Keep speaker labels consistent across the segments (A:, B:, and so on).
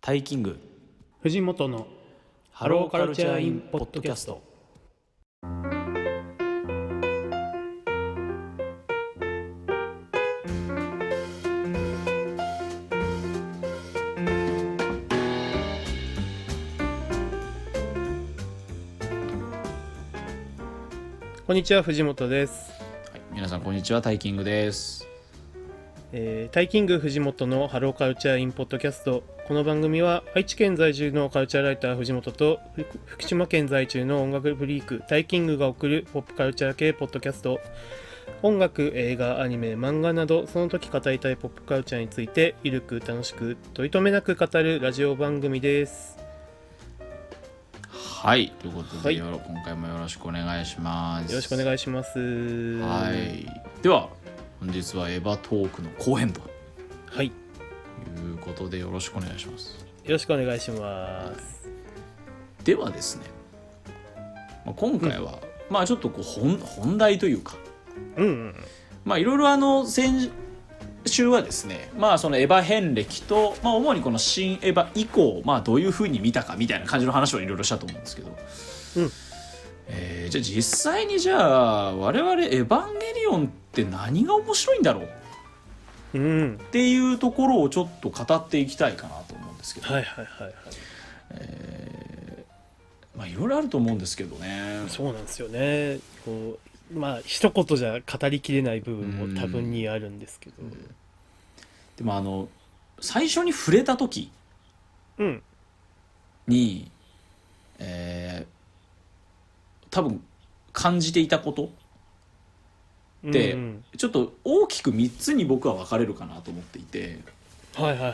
A: タイキング
B: 藤本の
A: ハローカルチャーインポッドキャスト
B: こんにちは藤本です、
C: はい、皆さんこんにちはタイキングです
B: えータイキング藤本のハローカルチャーインポッドキャストこの番組は愛知県在住のカルチャーライター藤本とふ福島県在住の音楽フリークタイキングが送るポップカルチャー系ポッドキャスト音楽映画アニメ漫画などその時語りたいポップカルチャーについてゆるく楽しく取り留めなく語るラジオ番組です
C: はいということで、
B: はい
C: よろ今回もよろしくお願いします
B: よろしくお願いしますは
C: はいでは本日はエヴァトークの後編と
B: はいよ
C: いうことでよろしくお願いします
B: ろしくお願いします
C: ではですね、まあ、今回は、まあちょっとこう本本題というか
B: うんうん
C: まあいろいろあの先週はですねまあそのエヴァ遍歴と、まあ、主にこの新エヴァ以降、まあ、どういうふうに見たかみたいな感じの話をいろいろしたと思うんですけど、
B: うん
C: えーじゃあ実際にじゃあ我々「エヴァンゲリオン」って何が面白いんだろうっ
B: うん
C: ていうところをちょっと語っていきたいかなと思うんですけど、
B: はいはいはいはい
C: まあいろいろあると思うんですけどね。
B: そうなんですよねこうまあ一言じゃ語りきれない部分も多分にあるんですけど
C: でもあの最初に触れた時
B: うん
C: に、えー多分感じていたこと
B: うん
C: で
B: うん
C: ちょっと大きく3つに僕は分かれるかなと思っていて
B: はいはいはい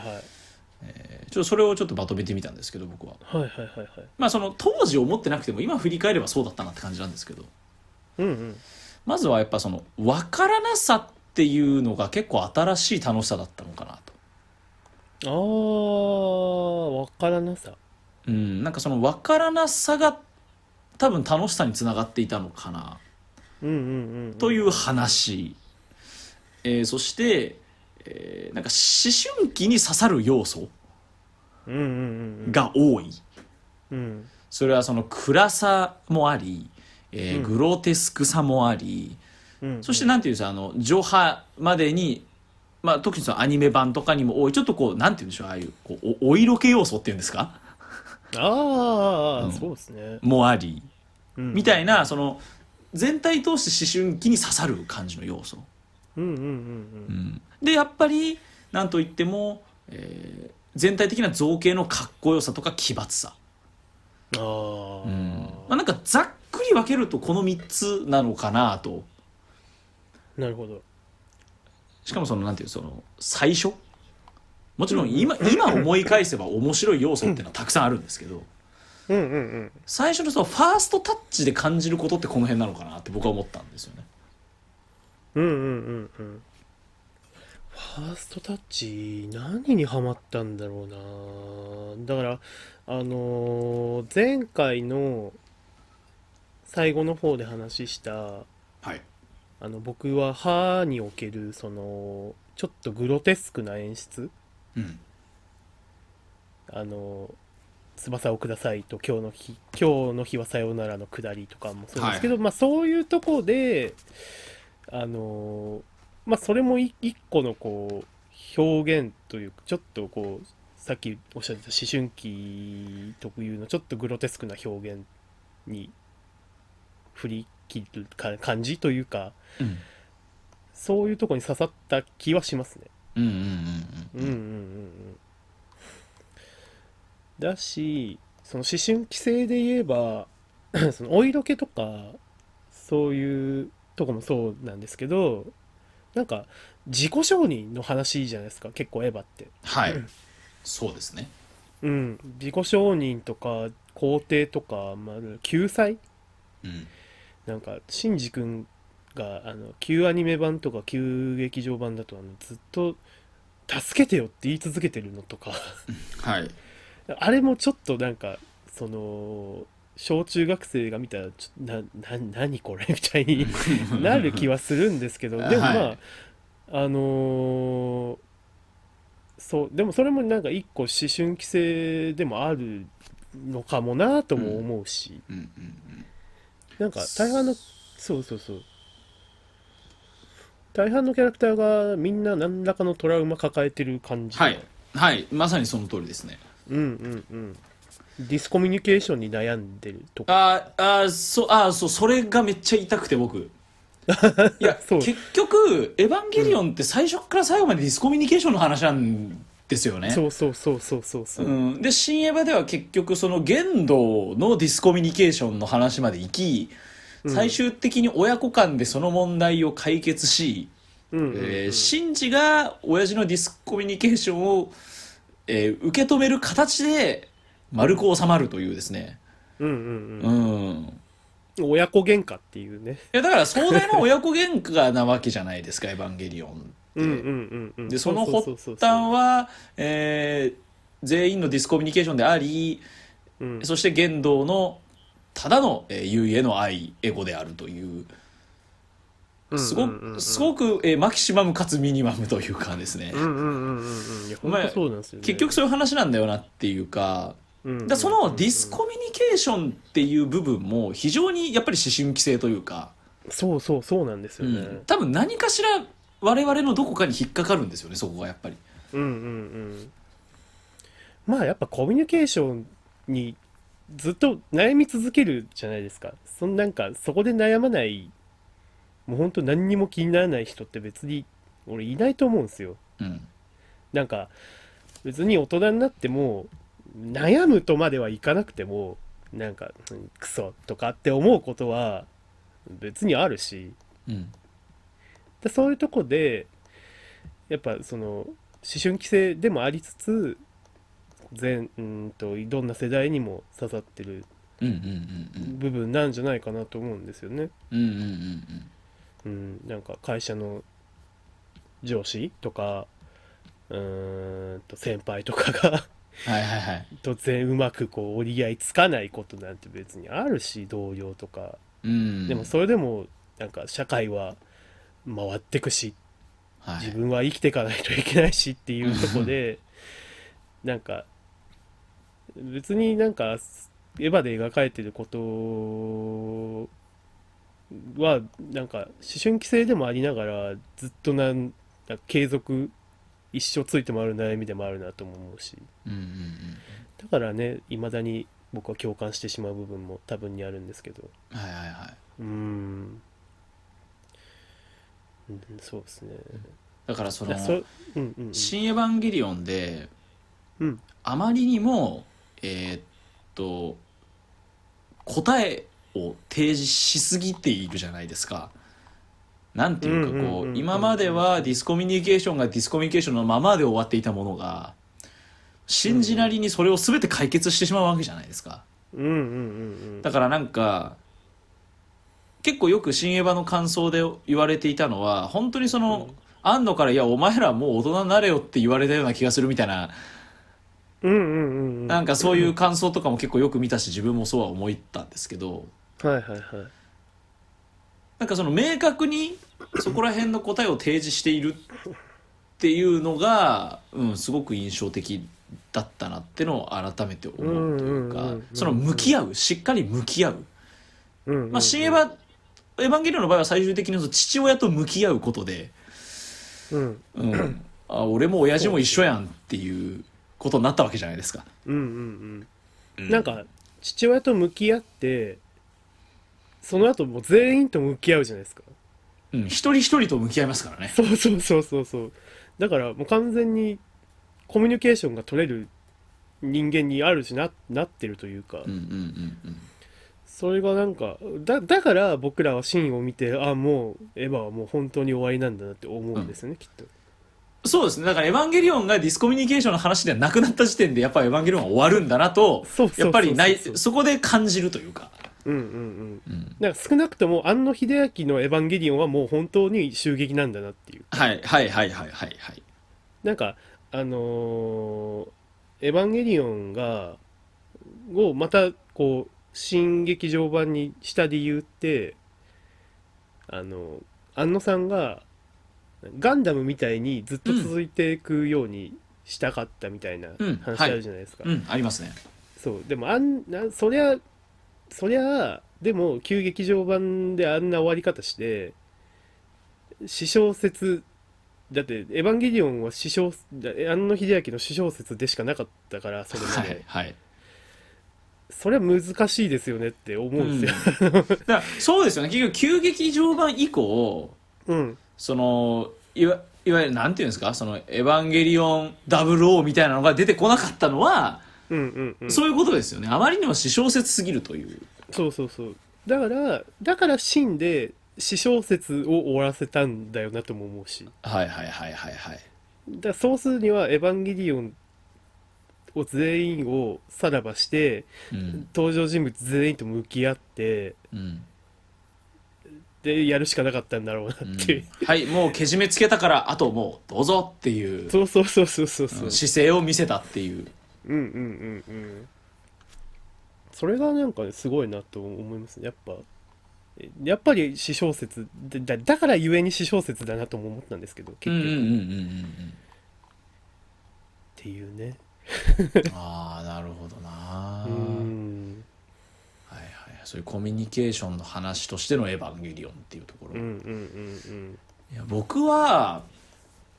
C: えーちょっとそれをちょっとまとめてみたんですけど僕は
B: はいはいはいはい
C: まあその当時思ってなくても今振り返ればそうだったなって感じなんですけど
B: うんうん
C: まずはやっぱその分からなさっていうのが結構新しい楽しさだったのかなと。
B: あーわからなさ
C: うん、なんかその分からなさが多分楽しさにつながっていたのかな
B: うんうんうん
C: という話、えーそして、えーなんか思春期に刺さる要素
B: うんうんうん
C: が多い
B: うんうん
C: それはその暗さもあり、えー
B: うん
C: グロテスクさもあり、
B: うん
C: そしてなんていうんですかあの上波までに、まあ、特にそのアニメ版とかにも多いちょっとこうなんていうんでしょうああいうこうおお色気要素っていうんですか
B: ああ、
C: うん
B: そうですね、
C: もあり
B: うん、
C: みた
B: い
C: いなその全体通して思春期に刺さる感じの要素。
B: うんうんうんうん
C: でやっぱりなんといっても、えー全体的な造形のかっこよさとか奇抜さ、
B: ああ、
C: まあ、なんかざっくり分けるとこの3つなのかなと
B: なるほど
C: しかもそのなんていうその最初もちろん今,、今思い返せば面白い要素っていうのはたくさんあるんですけど
B: うんうんうん
C: 最初のそのファーストタッチで感じることってこの辺なのかなって僕は思ったんですよね。
B: うんうんうんうんファーストタッチ何にハマったんだろうなだからあのー前回の最後の方で話した
C: はい、
B: あの僕は歯におけるそのちょっとグロテスクな演出
C: うん
B: あのー翼をくださいと今日の日今日の日はさようならのくだりとかもそうですけど、まあそういうとこであのーまあそれもい一個のこう表現というかちょっとこうさっきおっしゃってた思春期特有のちょっとグロテスクな表現に振り切るか感じというか
C: うん
B: そういうとこに刺さった気はしますね。
C: うんうんう
B: う
C: んん
B: うん
C: う
B: う
C: ん
B: んうんだしその思春期性で言えば そのお色気とかそういうとこもそうなんですけどなんか自己承認の話じゃないですか結構エヴァって。
C: はい、そうですね。
B: うん、自己承認とか肯定とか、まあ、救済
C: うん
B: なんかシンジ君があの旧アニメ版とか旧劇場版だとあのずっと「助けてよ」って言い続けてるのとか
C: はい
B: あれもちょっとなんかその小中学生が見たらちょなな何これみた いになる気はするんですけどでもまあ、
C: はい
B: あのーそうでもそれもなんか一個思春期性でもあるのかもなとも思うし、
C: うんうんうん
B: なんか大半のそうそうそう大半のキャラクターがみんな何らかのトラウマ抱えてる感じ、
C: はい、はい、まさにその通りですね。
B: うんうんうんディスコミュニケーションに悩んでるとか
C: あーあーそうあーそうそれがめっちゃ痛くて僕いや
B: そう
C: 結局「エヴァンゲリオン」って最初から最後までディスコミュニケーションの話なんですよね。
B: そうそうそうそうそうそう、
C: うん、で「新エヴァ」では結局その言動のディスコミュニケーションの話まで行き最終的に親子間でその問題を解決し、
B: うんうん
C: えーシンジが親父のディスコミュニケーションを、えー受け止める形で丸く収まるというですね。
B: うんうんうん
C: うん
B: 親子喧嘩っていうね
C: いやだから壮大な親子喧嘩なわけじゃないですか「エヴァンゲリオン」って。
B: うんうんうんうん
C: でその
B: う
C: 発
B: ううう
C: 端はえー全員のディスコミュニケーションであり
B: うん
C: そして言動のただの、えー、優位への愛エゴであるというすご
B: うんうんうんうん
C: くすごく、えーマキシマムかつミニマムというかですね、
B: うんうんうんうんうんいや
C: お
B: 本
C: 前
B: 当そうなんですよね
C: 結局そういう話なんだよなっていうか。
B: うんうん
C: だからそのディスコミュニケーションっていう部分も非常にやっぱり思春期性というか、
B: そうそうそうなんですよね
C: うん多分何かしら我々のどこかに引っかかるんですよねそこがやっぱり。
B: うんうんうんまあやっぱコミュニケーションにずっと悩み続けるじゃないですかそんなんかそこで悩まないもうほんと何にも気にならない人って別に俺いないと思うんですよ
C: うん
B: なんか別に大人になっても悩むとまではいかなくてもなんかうんクソとかって思うことは別にあるし
C: うん
B: でそういうとこでやっぱその思春期性でもありつつ全うーんとどんな世代にも刺さってる
C: うんうんうん
B: 部分なんじゃないかなと思うんですよね。
C: うんうんうんうん
B: うん、なんか会社の上司とかうーんと先輩とかが
C: はいはいはい
B: 突然うまくこう折り合いつかないことなんて別にあるし同僚とか
C: うん
B: でもそれでもなんか社会は回ってくし
C: は
B: 自
C: い
B: 分は生きていかないといけないしっていうとこでなんか別になんかエヴァで描かれてることはなんか思春期性でもありながらずっとなんなんか継続一生ついて回る悩みでもあるなとも思うし
C: うんうんうん
B: だからねいまだに僕は共感してしまう部分も多分にあるんですけど
C: はいはいはい。
B: うんうんそうですね
C: だからそ
B: い
C: の
B: やそううんうんう
C: 「
B: ん
C: 新エヴァンゲリオン」で
B: うん
C: あまりにもえーっと答えを提示しすぎているじゃないですか。なんていうかこ
B: うんうんうんうん
C: う今まではディスコミュニケーションがディスコミュニケーションのままで終わっていたものが信じなりにそれを全て解決してしまうわけじゃないですか。
B: うんうんうんうん
C: だからなんか結構よく「新エヴァ」の感想で言われていたのは本当にその、安野から「いやお前らもう大人になれよ」って言われたような気がするみたいな、
B: うんうんうんうんは
C: なんかそういう感想とかも結構よく見たし自分もそうは思ったんですけど
B: いはいはい
C: なんかその明確にそこら辺の答えを提示しているっていうのが、うん、すごく印象的だったなってのを改めて思うという
B: うんうんうん
C: か
B: うん
C: その向き合うしっかり向き合う。
B: うんうんうん
C: まあ、新エヴァ、エヴァンゲリオンの場合は最終的にその父親と向き合うことで、
B: うん
C: うん、あ俺も親父も一緒やんっていうことになったわけじゃないですか。
B: うんうんうんなんか父親と向き合ってその後もう全員と向き合うじゃないですか
C: うん、一人一人と向き合いますからね。
B: そうそうそうそうそうだからもう完全にコミュニケーションが取れる人間にあるしななってるというか、
C: うんうんうん
B: それがなんかだだから僕らはシーンを見てあもうエヴァはもう本当に終わりなんだなって思うんですよね、きっと
C: うん、そうですね。だからエヴァンゲリオンがディスコミュニケーションの話ではなくなった時点でやっぱりエヴァンゲリオンは終わるんだなと
B: そうそうそうそう
C: やっぱりないそこで感じるというか。
B: うんうんうん
C: うん
B: なんか少なくとも庵野秀明の「エヴァンゲリオン」はもう本当に襲撃なんだなっていう
C: はいはいはいはいはいはい。
B: なんかあのーエヴァンゲリオン」がをまたこう新劇場版にした理由ってあの庵野さんがガンダムみたいにずっと続いていくようにしたかったみたいな
C: うん
B: 話
C: は
B: あ
C: い
B: るじゃないですか、
C: うんありますね
B: そうでもあんなそりゃそりゃでも旧劇場版であんな終わり方して私小説だって「エヴァンゲリオン」は私小だ庵野秀明の私小説でしかなかったからそれま
C: は
B: で、
C: いはい
B: それは難しいですよねって思うんですよ、
C: だからそうですよね結局急激常版以降
B: うん
C: そのいわいわゆるなんていうんですか「そのエヴァンゲリオン00」みたいなのが出てこなかったのは、
B: うんうんうん
C: そういうことですよねあまりにも私小説すぎるという
B: そうそうそうだからだからシンで私小説を終わらせたんだよなとも思うし
C: はいはいはいはいはい
B: だからそうするには「エヴァンゲリオン」を全員をさらばして
C: うん
B: 登場人物全員と向き合って
C: うん
B: でやるしかなかったんだろうなっ
C: うん
B: ていう、
C: はいもうけじめつけたからあともうどうぞっていう
B: そうそうそうそうそうそう、
C: うん姿勢を見せたっていう
B: うんうんうんうんそれがなんかねすごいなと思いますねやっぱえやっぱり私小説でだだからゆえに私小説だなとも思ったんですけど
C: うん
B: 結
C: うんう
B: 局、
C: んう
B: っ
C: んうん
B: ていうね
C: うんああなるほどな
B: うーん
C: はいはいそういうコミュニケーションの話としての「エヴァンゲリオン」っていうところ、
B: うんうんう
C: い
B: ん
C: や僕は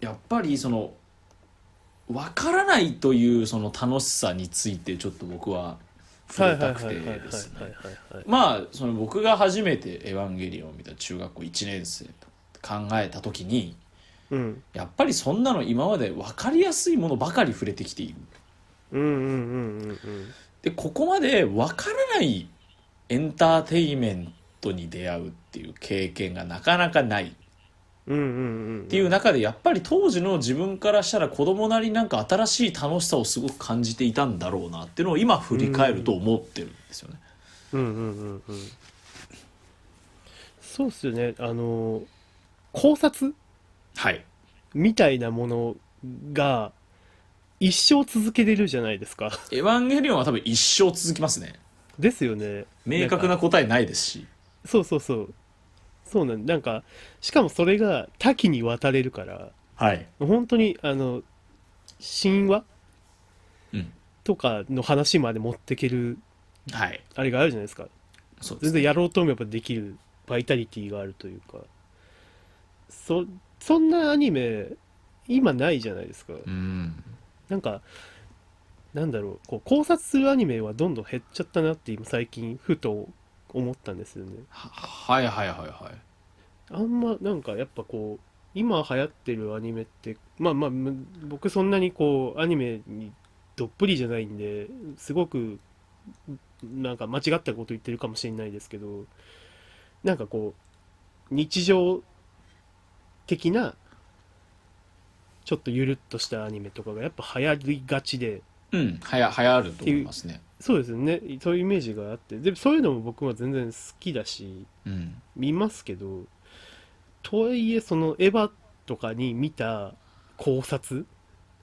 C: やっぱりその分からないというその楽しさについてちょっと僕は
B: うん
C: 触
B: はい
C: れ
B: はい
C: た
B: は
C: く
B: いはい
C: て
B: はいは
C: で
B: い
C: すね
B: はいはい
C: まあその僕が初めて「エヴァンゲリオン」を見た中学校1年生と考えた時に
B: うん
C: やっぱりそんなの今まで分かりやすいものばかり触れてきている
B: うんうんうんうんうん
C: でここまで分からないエンターテインメントに出会うっていう経験がなかなかない
B: うんうんうん
C: っていう中でやっぱり当時の自分からしたら子供なりなんか新しい楽しさをすごく感じていたんだろうなっていうのを今振り返ると思ってるんですよね。
B: うんうんうんうんそうっすよねあの考察
C: はい、
B: みたいなものが一生続けれるじゃないですか
C: エヴァンゲリオンは多分一生続きますね
B: ですよね
C: 明確なん
B: か
C: 答えないですし
B: そうそうそうそうなんなんかしかもそれが多岐にわたれるから
C: はい、
B: 本当にあの神話
C: うん
B: とかの話まで持ってける
C: はい、
B: あれがあるじゃないですか
C: そうで
B: 全
C: す
B: 然やろうと思えばできるバイタリティがあるというかそそんなアニメ今ないじゃないですか
C: うん
B: なんかなんだろうこう考察するアニメはどんどん減っちゃったなって今最近ふと思ったんですよね
C: ははいはいはいはい
B: あんまなんかやっぱこう今流行ってるアニメってまあまあむ僕そんなにこうアニメにどっぷりじゃないんですごくなんか間違ったこと言ってるかもしれないですけどなんかこう日常的なちょっとゆるっとしたアニメとかがやっぱ流行りがちで
C: うんはやはやると思いますね
B: そうですよねそういうイメージがあってでそういうのも僕は全然好きだし
C: うん
B: 見ますけどとはいえそのエヴァとかに見た考察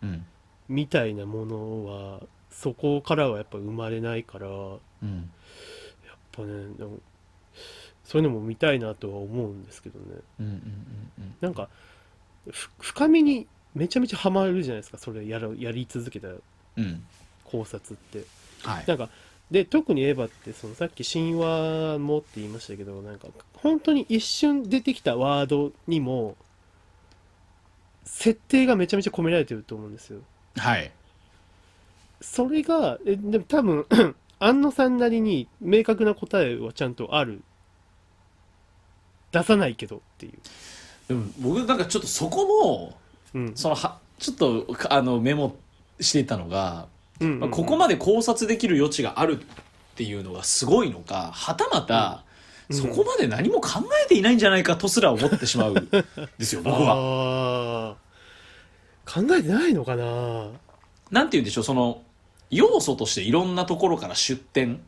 C: うん
B: みたいなものはそこからはやっぱ生まれないからやっ
C: うん
B: ぱねでもそういうのも見たいなとは思うんですけどね
C: うんうんうんうん
B: なんかふ深みにめちゃめちゃハマるじゃないですかそれやろやり続けた
C: うん
B: 考察って
C: はい
B: なんかで特にエヴァってそのさっき神話もって言いましたけどなんか本当に一瞬出てきたワードにも設定がめちゃめちゃ込められてると思うんですよ。
C: はい
B: それがえでも多分 安野さんなりに明確な答えはちゃんとある出さないけどっていう。
C: でも僕なんかちょっとそこも
B: うん
C: そのはちょっとかあのメモしていたのが、
B: うんうん
C: まあ、ここまで考察できる余地があるっていうのがすごいのかはたまた、
B: うん
C: そこまで何も考えていないんじゃないかとすら思ってしまうんですよ僕は。
B: あー考えてないのかな
C: なんて言うんでしょうその要素としていろんなところから出典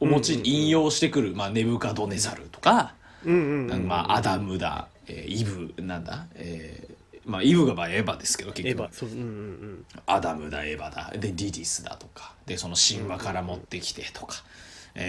C: を持
B: うん
C: ち
B: うんうん
C: 引用してくる「まあ、ネブカドネザル」とか
B: うんう
C: 「
B: んうん、
C: まあ、アダムだ」えーイブ」なんだ、えーまあ、イブがまあエヴァですけど結
B: エヴ
C: 局
B: ァそううんうんうん
C: アダムだエヴァだでリディスだとかでその神話から持ってきてとか、えー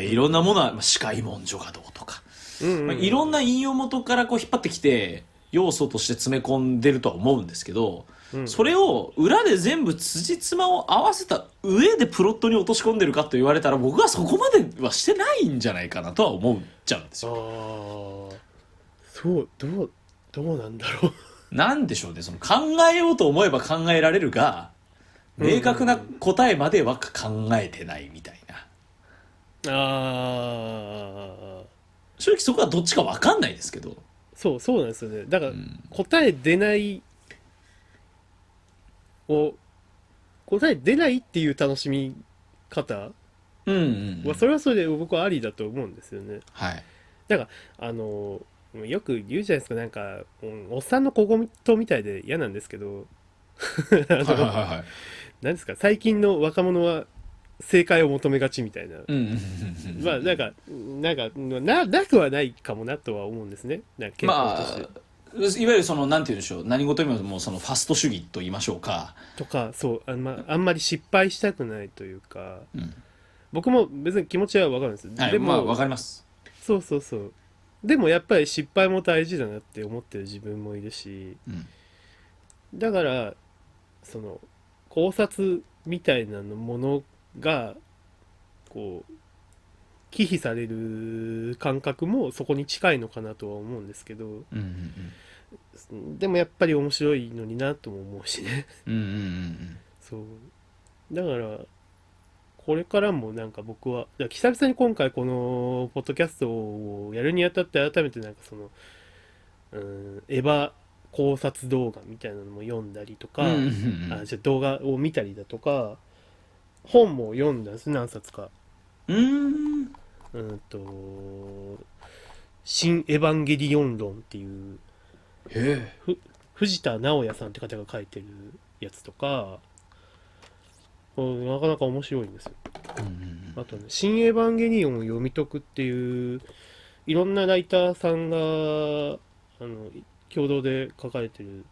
C: いろんなものは、まあ、司会文書がどうとか、
B: うんうんうん
C: まあ、いろんな引用元からこう引っ張ってきて要素として詰め込んでるとは思うんですけど、
B: うん
C: それを裏で全部辻褄を合わせた上でプロットに落とし込んでるかと言われたら僕はそこまではしてないんじゃないかなとは思っちゃうんです
B: あ
C: よ。
B: ーそうどうどうなんだろう
C: なんでしょうねその考えようと思えば考えられるが
B: うん
C: 明確な答えまでは考えてないみたいな
B: ああ
C: 正直そこはどっちか分かんないですけど、
B: そうそうなんですよねだから
C: うん
B: 答え出ないを答え出ないっていう楽しみ方
C: うんうんうん
B: はそれはそれで僕はありだと思うんですよね
C: はい
B: あのよく言うじゃないですかなんかうんおっさんの小言みたいで嫌なんですけど あ
C: はいは
B: の
C: い はいはい
B: なんですか最近の若者は正解を求めがちみたいな、
C: うんうんうんうん
B: まあなんかなんかななくはないかもなとは思うんですねなんか傾向
C: ま
B: と
C: あ
B: して、
C: いわゆるそのなんて言うんでしょう何事にももうそのファスト主義と言いましょうか、
B: とかそうあ,、まあ、あんまり失敗したくないというか
C: うん
B: 僕も別に気持ちはわかるんです、
C: はい、
B: でも、
C: まあ分かります
B: そうそうそうでもやっぱり失敗も大事だなって思ってる自分もいるし
C: うん
B: だからその考察みたいなのものがこう忌避される感覚もそこに近いのかなとは思うんですけど
C: うん
B: でもやっぱり面白いのになとも思うしね
C: うんうんうんうん
B: そうだからこれからもなんか僕はだから久々に今回このポッドキャストをやるにあたって改めてなんかそのうんエヴァ考察動画みたいなのも読んだりとか、
C: うんうんうん
B: あじゃあ動画を見たりだとか本も読んだんです何冊か
C: うんうん
B: うーんと「新エヴァンゲリオン論」っていう
C: へえ
B: 藤田直也さんって方が書いてるやつとかうんなかなか面白いんですよ
C: うんうん
B: あとね「新エヴァンゲリオンを読み解く」っていういろんなライターさんがあの共同で書かれてる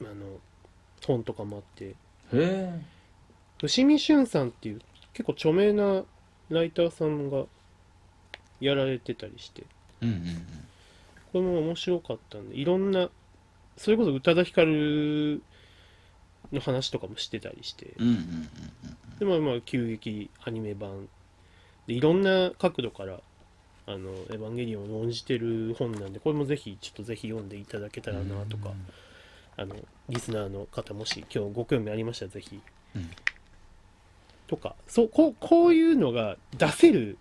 B: あの本とかもあって
C: うんへ
B: 伏見俊さんっていう結構著名なライターさんがやられてたりして
C: えうんうんうん
B: これも面白かったんでいろんなそれこそ宇多田ヒカルの話とかもしてたりして
C: うんうんうん
B: でまあまあ急激アニメ版でいろんな角度から「あのエヴァンゲリオン」を論じてる本なんでこれもぜひちょっとぜひ読んでいただけたらなとかあのリスナーの方もし今日ご興味ありましたらぜひ、
C: うん
B: とかそうこうこういうのが出せる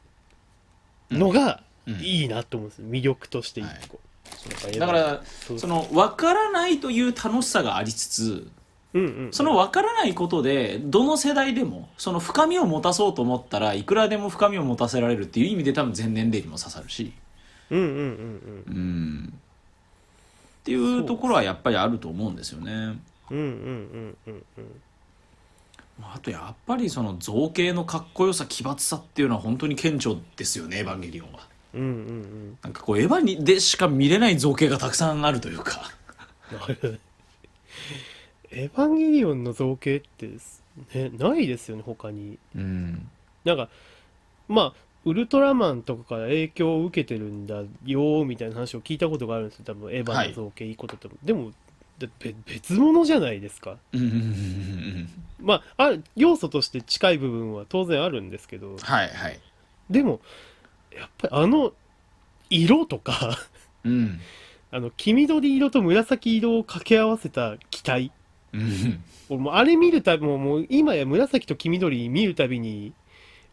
B: のが
C: うん
B: いいなと思うんですよ魅力として一個、
C: だから
B: そう
C: その分からないという楽しさがありつつ
B: うんうん
C: その分からないことでどの世代でもその深みを持たそうと思ったらいくらでも深みを持たせられるっていう意味で多分全年齢にも刺さるし
B: うんうんうん
C: うんっていうところはやっぱりあると思うんですよね。
B: うんうんうんうんうんうん
C: まああとやっぱりその造形のかっこよさ奇抜さっていうのは本当に顕著ですよね「エヴァンゲリオンは」
B: うんうん
C: なんかこうエヴァにでしか見れない造形がたくさんあるというか
B: うんエヴァンゲリオンの造形ってですねないですよね他に
C: うん
B: なんかまあウルトラマンとかから影響を受けてるんだよーみたいな話を聞いたことがあるんですよ多分エヴ
C: は
B: ァ
C: い
B: の造形いいことって、でもだべ別物じゃないですか
C: うんうんうんうんうん
B: まあある要素として近い部分は当然あるんですけど
C: はいはい
B: でもやっぱりあの色とか
C: うん
B: あの黄緑色と紫色を掛け合わせた機体
C: うん
B: 俺もうあれ見るたびもうもう今や紫と黄緑見るたびに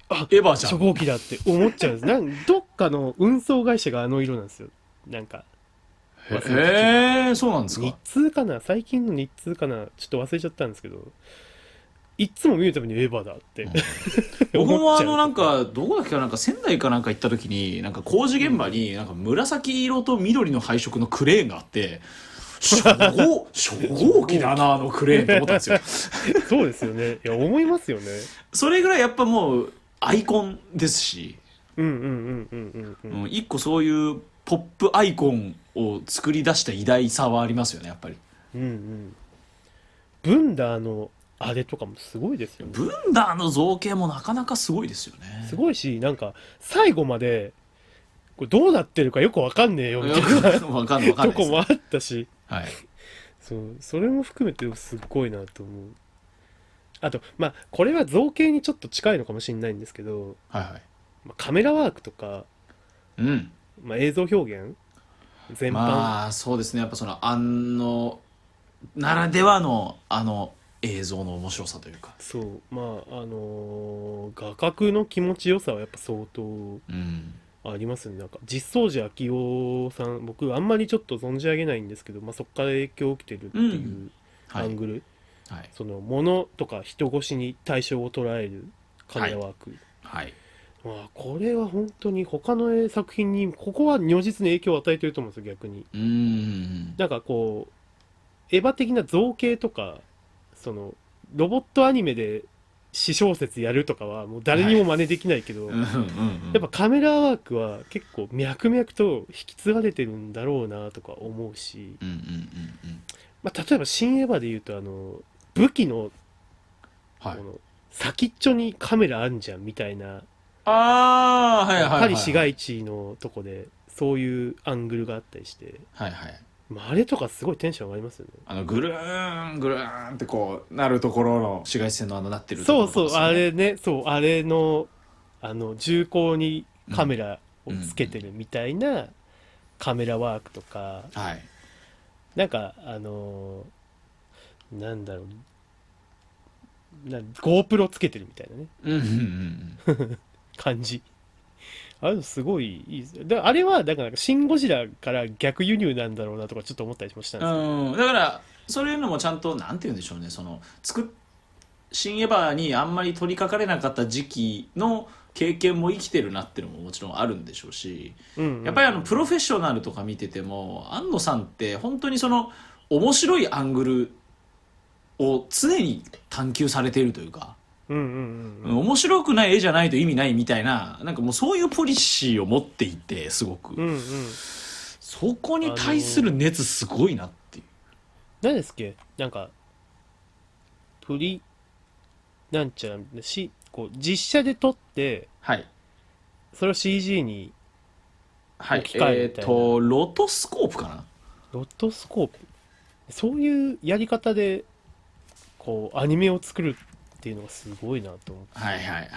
B: あ
C: エヴァじゃ
B: 初
C: ん
B: 号機だって思っちゃうんですなんどっかの運送会社があの色なんですよなんか
C: へえそうなんです
B: 日
C: か
B: 通かな最近の日通かなちょっと忘れちゃったんですけどいっつも見るたびにエヴァだって、
C: 僕
B: 思
C: も
B: っ
C: あ
B: ちゃう
C: のなんかどこだっけかなんか仙台かなんか行った時になんか工事現場になんか紫色と緑の配色のクレーンがあ って初号初号機だなあのクレーンって思ったん ですよ
B: そうですよねいや思いますよね
C: それぐらいやっぱもうアイコンですし、
B: うんうんうんうんうん
C: う
B: うん
C: ん、一個そういうポップアイコンを作り出した偉大さはありますよねやっぱり
B: うんうんブンダーのあれとかもすごいですよね
C: ブンダーの造形もなかなかすごいですよね
B: すごいしなんか最後までこれどうなってるかよくわかんねえよみたいな
C: わかんないわかんないで
B: と
C: す
B: こもあったし
C: はい
B: そうそれも含めてすっごいなと思うあとまあこれは造形にちょっと近いのかもしれないんですけど、
C: はいはい
B: まあ、カメラワークとか、
C: うん
B: まあ、映像表現全般、
C: まあそうですねやっぱそのあのならではのあの映像の面白さというか
B: そうまああのー画角の気持ちよさはやっぱ相当
C: うん
B: ありますねなんか実相寺昭夫さん僕あんまりちょっと存じ上げないんですけど、まあ、そこから影響を受けてるっていうう
C: は
B: ア
C: い
B: ングル、
C: はい
B: その物とか人越しに対象を捉えるカメラワーク、
C: はい
B: まあ、これは本当に他の作品にここは如実に影響を与えてると思うんですよ逆に
C: うん
B: なんかこうエヴァ的な造形とかそのロボットアニメで私小説やるとかはもう誰にも真似できないけど、
C: うんうんうん
B: やっぱカメラワークは結構脈々と引き継がれてるんだろうなとか思うし、
C: うんうんうんうん
B: まあ、例えば「新エヴァ」で言うとあの武器の
C: はい
B: この先っちょにカメラあんじゃんみたいな
C: ああはいはいはい
B: パリ市街地のとこでそういうアングルがあったりして、
C: はいはい
B: まあ、あれとかすごいテンション上がりますよね。
C: あのぐるーんぐるーんってこうなるところの紫外線のあのなってるとこ
B: そ
C: ろ
B: う
C: とか
B: そ
C: で
B: う
C: すよね
B: あれねそうあれのあの銃口にカメラをつけてるみたいなカメラワークとか、
C: はい
B: なんかあのーなんだろうな GoPro つけてるみたいなね
C: うんうんうん
B: 感じあれすごいいいですよであれはだから「シン・ゴジラ」から逆輸入なんだろうなとかちょっと思ったりもしたんですけど、
C: うん、だからそういうのもちゃんとなんて言うんでしょうねその作っ新エヴァにあんまり取りかかれなかった時期の経験も生きてるなっていうのももちろんあるんでしょうし
B: うんうん
C: やっぱりあのプロフェッショナルとか見てても安野さんって本当にその面白いアングルを常に探求されているというか、
B: うんうん
C: うん面白くない絵じゃないと意味ないみたいななんかもうそういうポリシーを持っていてすごく、
B: うんうんうん
C: そこに対する熱すごいなっていう。
B: 何ですっけなんかプリなんちゃらしこう実写で撮って
C: はい
B: それを CG に
C: はい
B: 置、き換えみ
C: え
B: たい
C: っ、
B: な
C: と、ロトスコープかな
B: ロットスコープそういうやり方でこうアニメを作るっていうのがすごいなと思って
C: はいはいはい。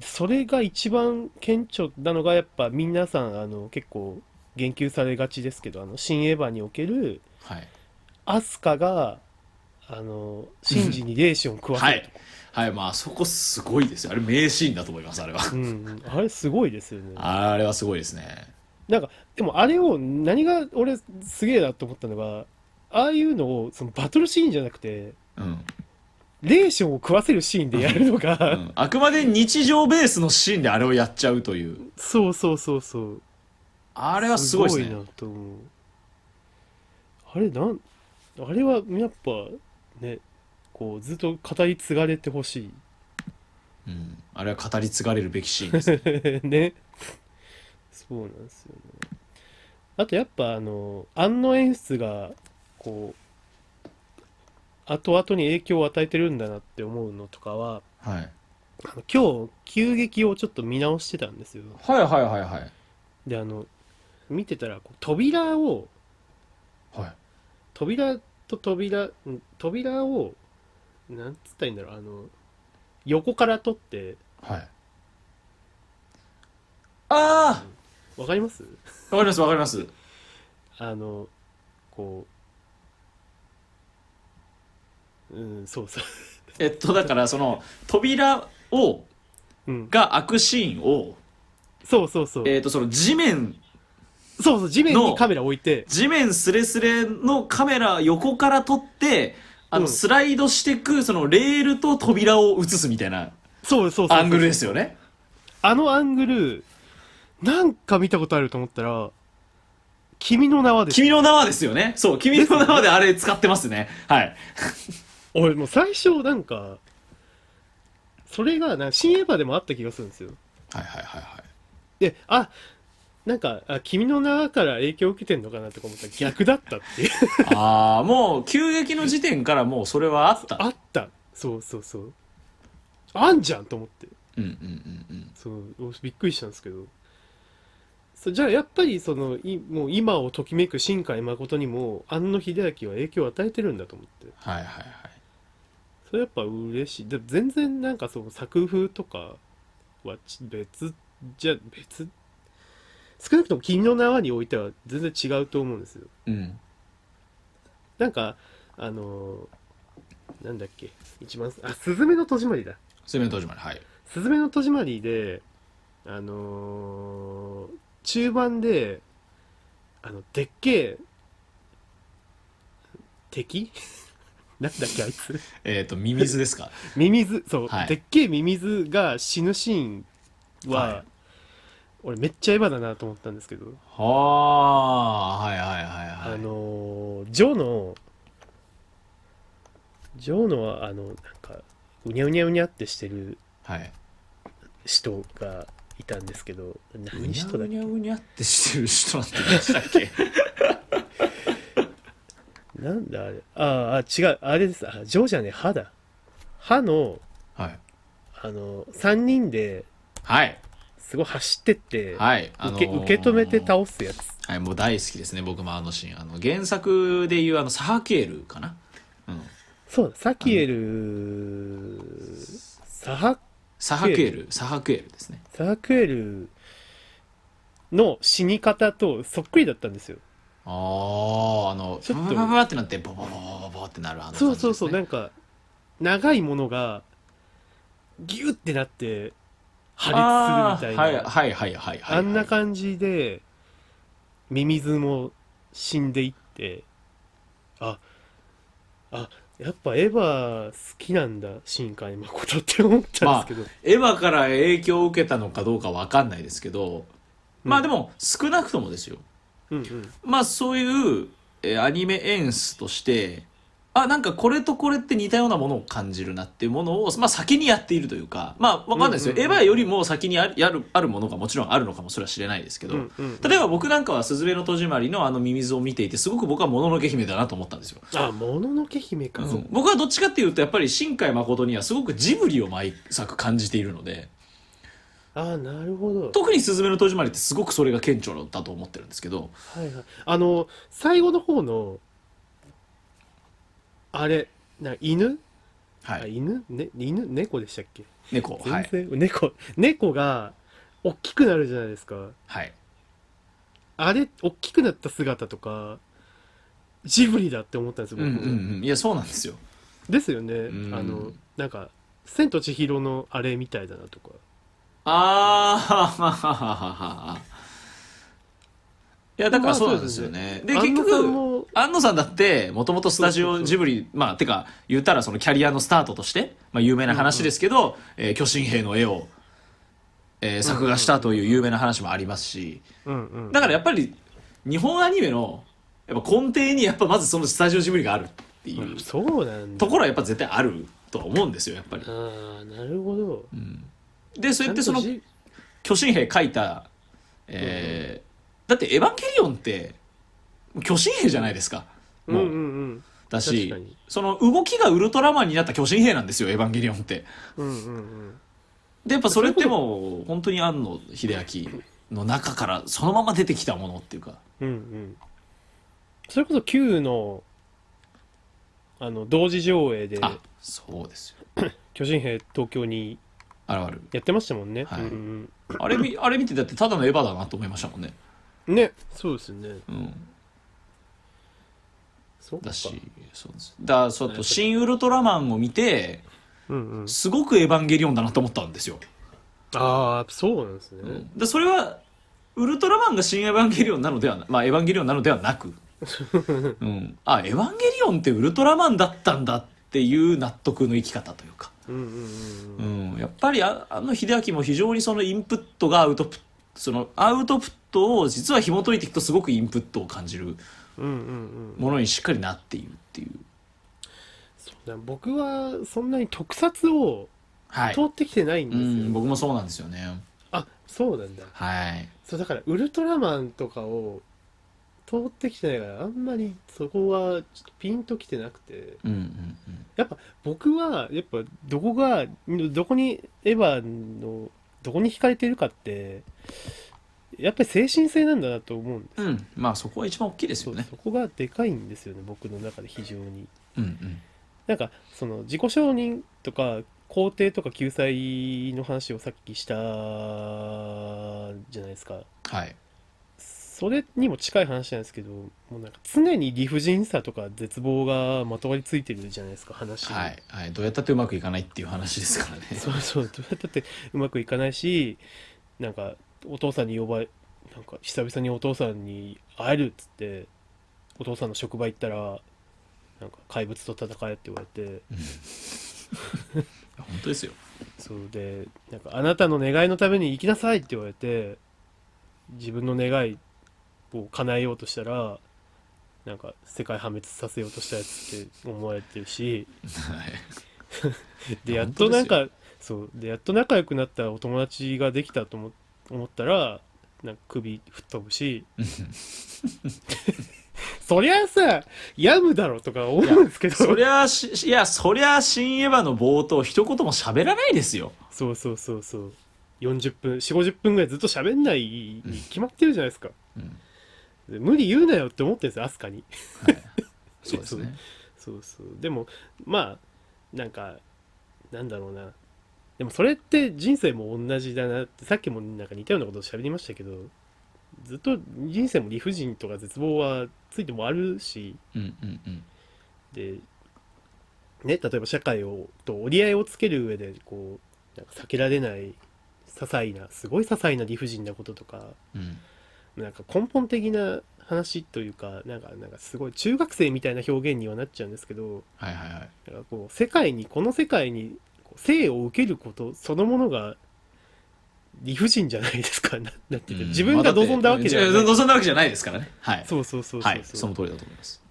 B: それが一番顕著なのがやっぱ皆さんあの結構言及されがちですけど「あの新エヴァ」における
C: はい。
B: アスカがあのシンジにレーション食わせ
C: は
B: る
C: い。はい、まあ、そこすごいですよ。あれ、名シーンだと思います、あれは。
B: と、うんうん、あれすごいですよね
C: あれはすごいですね。
B: なんかでもあれを何が俺すげえなと思ったのがああいうのをそのバトルシーンじゃなくて
C: うん。
B: レーションを食わせるシーンでやるの
C: う
B: が、
C: ん、あくまで日常ベースのシーンであれをやっちゃうという。
B: そうそうそうそう
C: あ
B: あ
C: れはすごいですね。
B: なと思うあれなんあれはやっぱねこうずっと語り継がれてほし
C: うん。あれは語り継がれるべきシーン です、ね。
B: いねそうなんですよねあとやっぱあの案の演出がこう後々に影響を与えてるんだなって思うのとかは
C: はい。
B: あの今日急激をちょっと見直してたんですよ
C: はいはいはいはい。
B: であの見てたらこう扉を
C: はい。
B: 扉と扉ん扉をなんつったらいいんだろうあの横から取って
C: はい。あ
B: わかります
C: あわかりますわかります。
B: あのこううんそう そ
C: えっと、だから、その、扉を、
B: う、うん、
C: が開くシーンを、
B: そうそうそう、
C: えっと、その地面
B: そうそう地面
C: の
B: にカメラ置いて
C: 地面すれすれのカメラ横から撮ってあの
B: うん
C: スライドしてくそのレールと扉を映すみたいな
B: そうそうそうそう
C: アングルですよね
B: あのアングルなんか見たことあると思ったら「君の名は」です
C: 君の名はですよねそう君の名はであれ使ってますねはい
B: 俺もう最初なんかそれがなんか新エヴァでもあった気がするんですよ
C: はいはいはいはい
B: で、あ、なんか、あ、君の名から影響を受けてんのかなとか思ったら逆だったっていう。
C: ああもう急激の時点からもうそれはあった
B: あった。そうそうそう。あんじゃんと思って。
C: うんうんうんうん
B: そう、俺びっくりしたんですけど。そうじゃあやっぱりそのいもう今をときめく新海誠にも庵野秀明は影響を与えてるんだと思って
C: はいはいはい
B: それやっぱ嬉しいで全然なんかその作風とかはち別じゃ別少なくとも「君の名は」においては全然違うと思うんですよ
C: うん
B: なんかあのーなんだっけ一番あ「すずめの戸締まり」だ
C: 生命戸締まりはい
B: 「すずめの戸締まりで」あのー中盤であのでっけえ敵 なんだっけあいつ
C: えっ、とミミズですか
B: ミミズそう、
C: はい
B: でっけえミミズが死ぬシーンは、
C: はい
B: 俺めっちゃエヴァだなと思ったんですけど、
C: はあーはいはいはいはい
B: あのージョーのジョーのはあのなんかうにゃうにゃうにゃってしてる
C: はい
B: 人がいたんですけど
C: う
B: 何
C: にゃ
B: 人
C: う
B: だっ
C: に
B: け
C: ゃうにゃってしてる人なんていましたっけ
B: なんだあれあーあ違うあれですあジョーじゃねえ歯だ歯の
C: はい
B: あの3人で
C: はい
B: すごい走ってって、
C: はいあの
B: 受け
C: ー
B: 受け止めて倒すやつ
C: はい、もう大好きですね僕もあのシーンあの原作でいうあのサハケールかな、うん、
B: そうだ、サキエル、サハ、
C: サハケールサハケールですね
B: サハクエルの死に方とそっくりだったんですよ。
C: あああの
B: ちょっと
C: パパパパってなってボボボボボボってなるあの感じ
B: そ
C: です、
B: う
C: ね、
B: そうそう、なんか、長いものが、ギュってなって、破裂するみたいな、
C: あーはいはいはいはいはい
B: あんな感じで、ミミズも死んでいって、あ、あ、やっぱエヴァ好きなんだ、新海誠って思ったんですけど。
C: エヴァから影響を受けたのかどうかわかんないですけどまあでも少なくともですよ
B: うんうん。
C: まあそういう、えーアニメ演出としてあなんかこれとこれって似たようなものを感じるなっていうものを、まあ、先にやっているというかまあわかんないですよ、
B: うんうんうん
C: エヴァよりも先にあるやるあるものがもちろんあるのかもそれは知れないですけど、
B: うんうんうん
C: 例えば僕なんかは「すずめの戸締まり」のあのミミズを見ていてすごく僕は「もののけ姫」だなと思ったんですよ。
B: あ、もののけ姫か。
C: うん僕はどっちかっていうとやっぱり新海誠にはすごくジブリを毎作感じているので
B: ああ、なるほど。
C: 特に「すずめの戸締まり」ってすごくそれが顕著だと思ってるんですけど
B: はいはい。あの、最後の方の、あれ、な犬、
C: は
B: あ
C: い
B: 犬、ね、犬猫でしたっけ
C: 猫は
B: 全
C: い
B: 然、猫、猫が、大きくなるじゃないですか。
C: はい
B: あれ、大きくなった姿とか、ジブリだって思ったんですよ、
C: うんう
B: 僕
C: ん
B: も。
C: うんいやそうなんですよ
B: ですよね。
C: ん
B: あの、なんか、千と千尋のあれみたいだなとか。
C: あーはははは はいやだからそうなんですよね。で
B: まあそう
C: 結
B: です
C: 局
B: ね安野さんも
C: 安野さんだってもともとスタジ
B: そうそう
C: オ
B: そう
C: ジブリまあてか言ったらそのキャリアのスタートとして、まあ、有名な話ですけど、えー巨神兵の絵を、えー作画したという有名な話もありますし
B: うんうん。
C: だからやっぱり日本アニメのやっぱ根底にやっぱまずそのスタジオジブリがあるっていう
B: うんそうなんだ
C: と。ころはやっぱ絶対あるとは思うんですよやっぱり。
B: ああ、なるほど。
C: でそれってその
B: ちゃんとじ
C: 巨神兵書いた、えーだって「エヴァンゲリオン」って巨神兵じゃないですか
B: うん
C: もう、
B: うんうん。
C: だし
B: 確かに
C: その動きがウルトラマンになった巨神兵なんですよ「エヴァンゲリオン」って
B: うんうんうん。
C: でやっぱそれってもう本当に庵野秀明の中からそのまま出てきたものっていうか
B: うんうん。それこそ Q の、あの、同時上映で、
C: あそうですよ
B: 巨人兵東京に
C: あるある
B: やってましたもんね。
C: はい
B: うん
C: あれみあれ見てだってただのエヴァだなと思いましたもんね
B: うん、ね、そうですね。
C: うん
B: そうか
C: だしそうですだからそうあと「新ウルトラマン」を見て
B: うんうん。
C: すごく「エヴァンゲリオン」だなと思ったんですよ
B: ああ、そうなんですね。
C: でそれはウルトラマンが新エヴァンゲリオンなのではなまあエヴァンゲリオンなのではなく、 うん、あエヴァンゲリオンってウルトラマンだったんだっていう納得の生き方というか、
B: うんうんうん
C: う
B: う
C: ん、
B: ん。
C: やっぱりああの秀明も非常にそのインプットがアウトプットそのアウトプットを実は紐解いていくとすごくインプットを感じる
B: うんうん
C: ものにしっかりなっているっていう
B: うん。僕はそんなに特撮を
C: はい
B: 通、ってきてないんで
C: う
B: すよ。
C: ん、僕もそうなんですよね
B: あ、そうなんだ。
C: はい
B: そう、だからウルトラマンとかを通ってきてないから、あんまりそこはちょっとピンときてなくて。
C: うんうんうん
B: やっぱ僕はやっぱどこがどこにエヴァのどこに惹かれてるかってやっぱり精神性なんだなと思うんです
C: うんまあそこは一番大きいです
B: そ
C: よ
B: う
C: ね
B: そこがでかいんですよね僕の中で非常に
C: うんうん
B: なんかその自己承認とか肯定とか救済の話をさっきしたじゃないですか
C: はい
B: それにも近い話なんですけどもうなんか常に理不尽さとか絶望がまとわりついてるじゃないですか話に
C: はい、はい、どうやったってうまくいかないっていう話です からね
B: そうそうどうやったってうまくいかないしなんかお父さんに呼ばれなんか久々にお父さんに会えるっつってお父さんの職場行ったらなんか怪物と戦えって言われて
C: 本当ですよ
B: そうでなんかあなたの願いのために生きなさいって言われて自分の願いを叶えようとしたらなんか世界破滅させようとしたやつって思われてるし
C: はい
B: で
C: いや
B: やっとなん
C: 本
B: かそうでやっと仲良くなったお友達ができたと思思ったらなんか首吹っ飛 ぶしそりゃさ病むだろとか思うんですけど
C: そりゃしいやそりゃ新エヴァの冒頭一言も喋らないですよ
B: そうそうそうそう40分4050分ぐらいずっと喋んないに決まってるじゃないですか、
C: うん
B: で無理言うなよって思ってるんですよアスカに
C: そうですね
B: そうそうでもまあなんかなんだろうなでもそれって人生も同じだなってさっきもなんか似たようなこと喋りましたけどずっと人生も理不尽とか絶望はついてもあるし
C: うんうんうん
B: で、ね、例えば社会をと折り合いをつける上でこうなんか避けられない些細なすごい些細な理不尽なこととか
C: うん
B: なんか根本的な話というかなんかなんかすごい中学生みたいな表現にはなっちゃうんですけど
C: はいはいはい
B: なんかこう世界にこの世界にこう生を受けることそのものが理不尽じゃないですかななんていうか
C: うん
B: 自分が望んだわけじゃない、
C: まあだっていや望んだわけじゃないですからねはい
B: そうそうそうそうそう、
C: はいその通りだと思います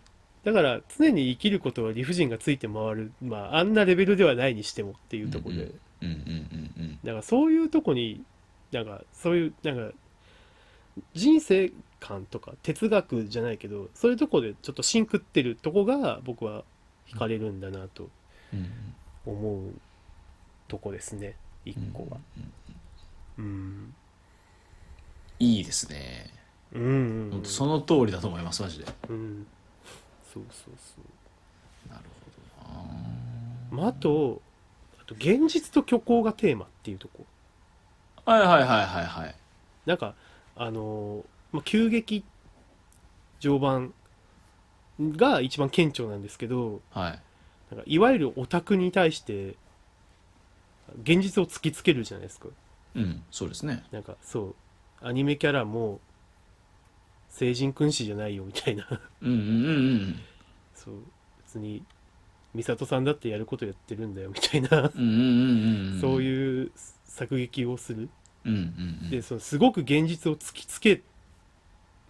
B: だから常に生きることは理不尽がついて回る、まあ、あんなレベルではないにしてもっていうところで、
C: うんうんうんうん
B: だからそういうとこになんかそういうなんか人生観とか哲学じゃないけどそういうとこでちょっとシンクってるとこが僕は惹かれるんだなと
C: うんうん
B: 思うとこですね一
C: うん
B: 個は。
C: うん
B: うん
C: いいですね
B: うんうんう
C: 本
B: ん
C: 当その通りだと思いますマジで
B: うんそうそうそう
C: なるほどな
B: まああとあと現実と虚構がテーマっていうとこ
C: はいはいはいはいはい
B: なんかあのーまあ、急激序盤が一番顕著なんですけど
C: はい
B: なんかいわゆるオタクに対して現実を突きつけるじゃないですか
C: うんそうですね
B: なんかそうアニメキャラも成人君子じゃないよみたいな
C: うんうんうんうん
B: そう別に美里さんだってやることやってるんだよみた いな
C: うんうんうんん
B: そう
C: う
B: いう作劇をする
C: うんうんうん
B: でそのすごく現実を突きつけ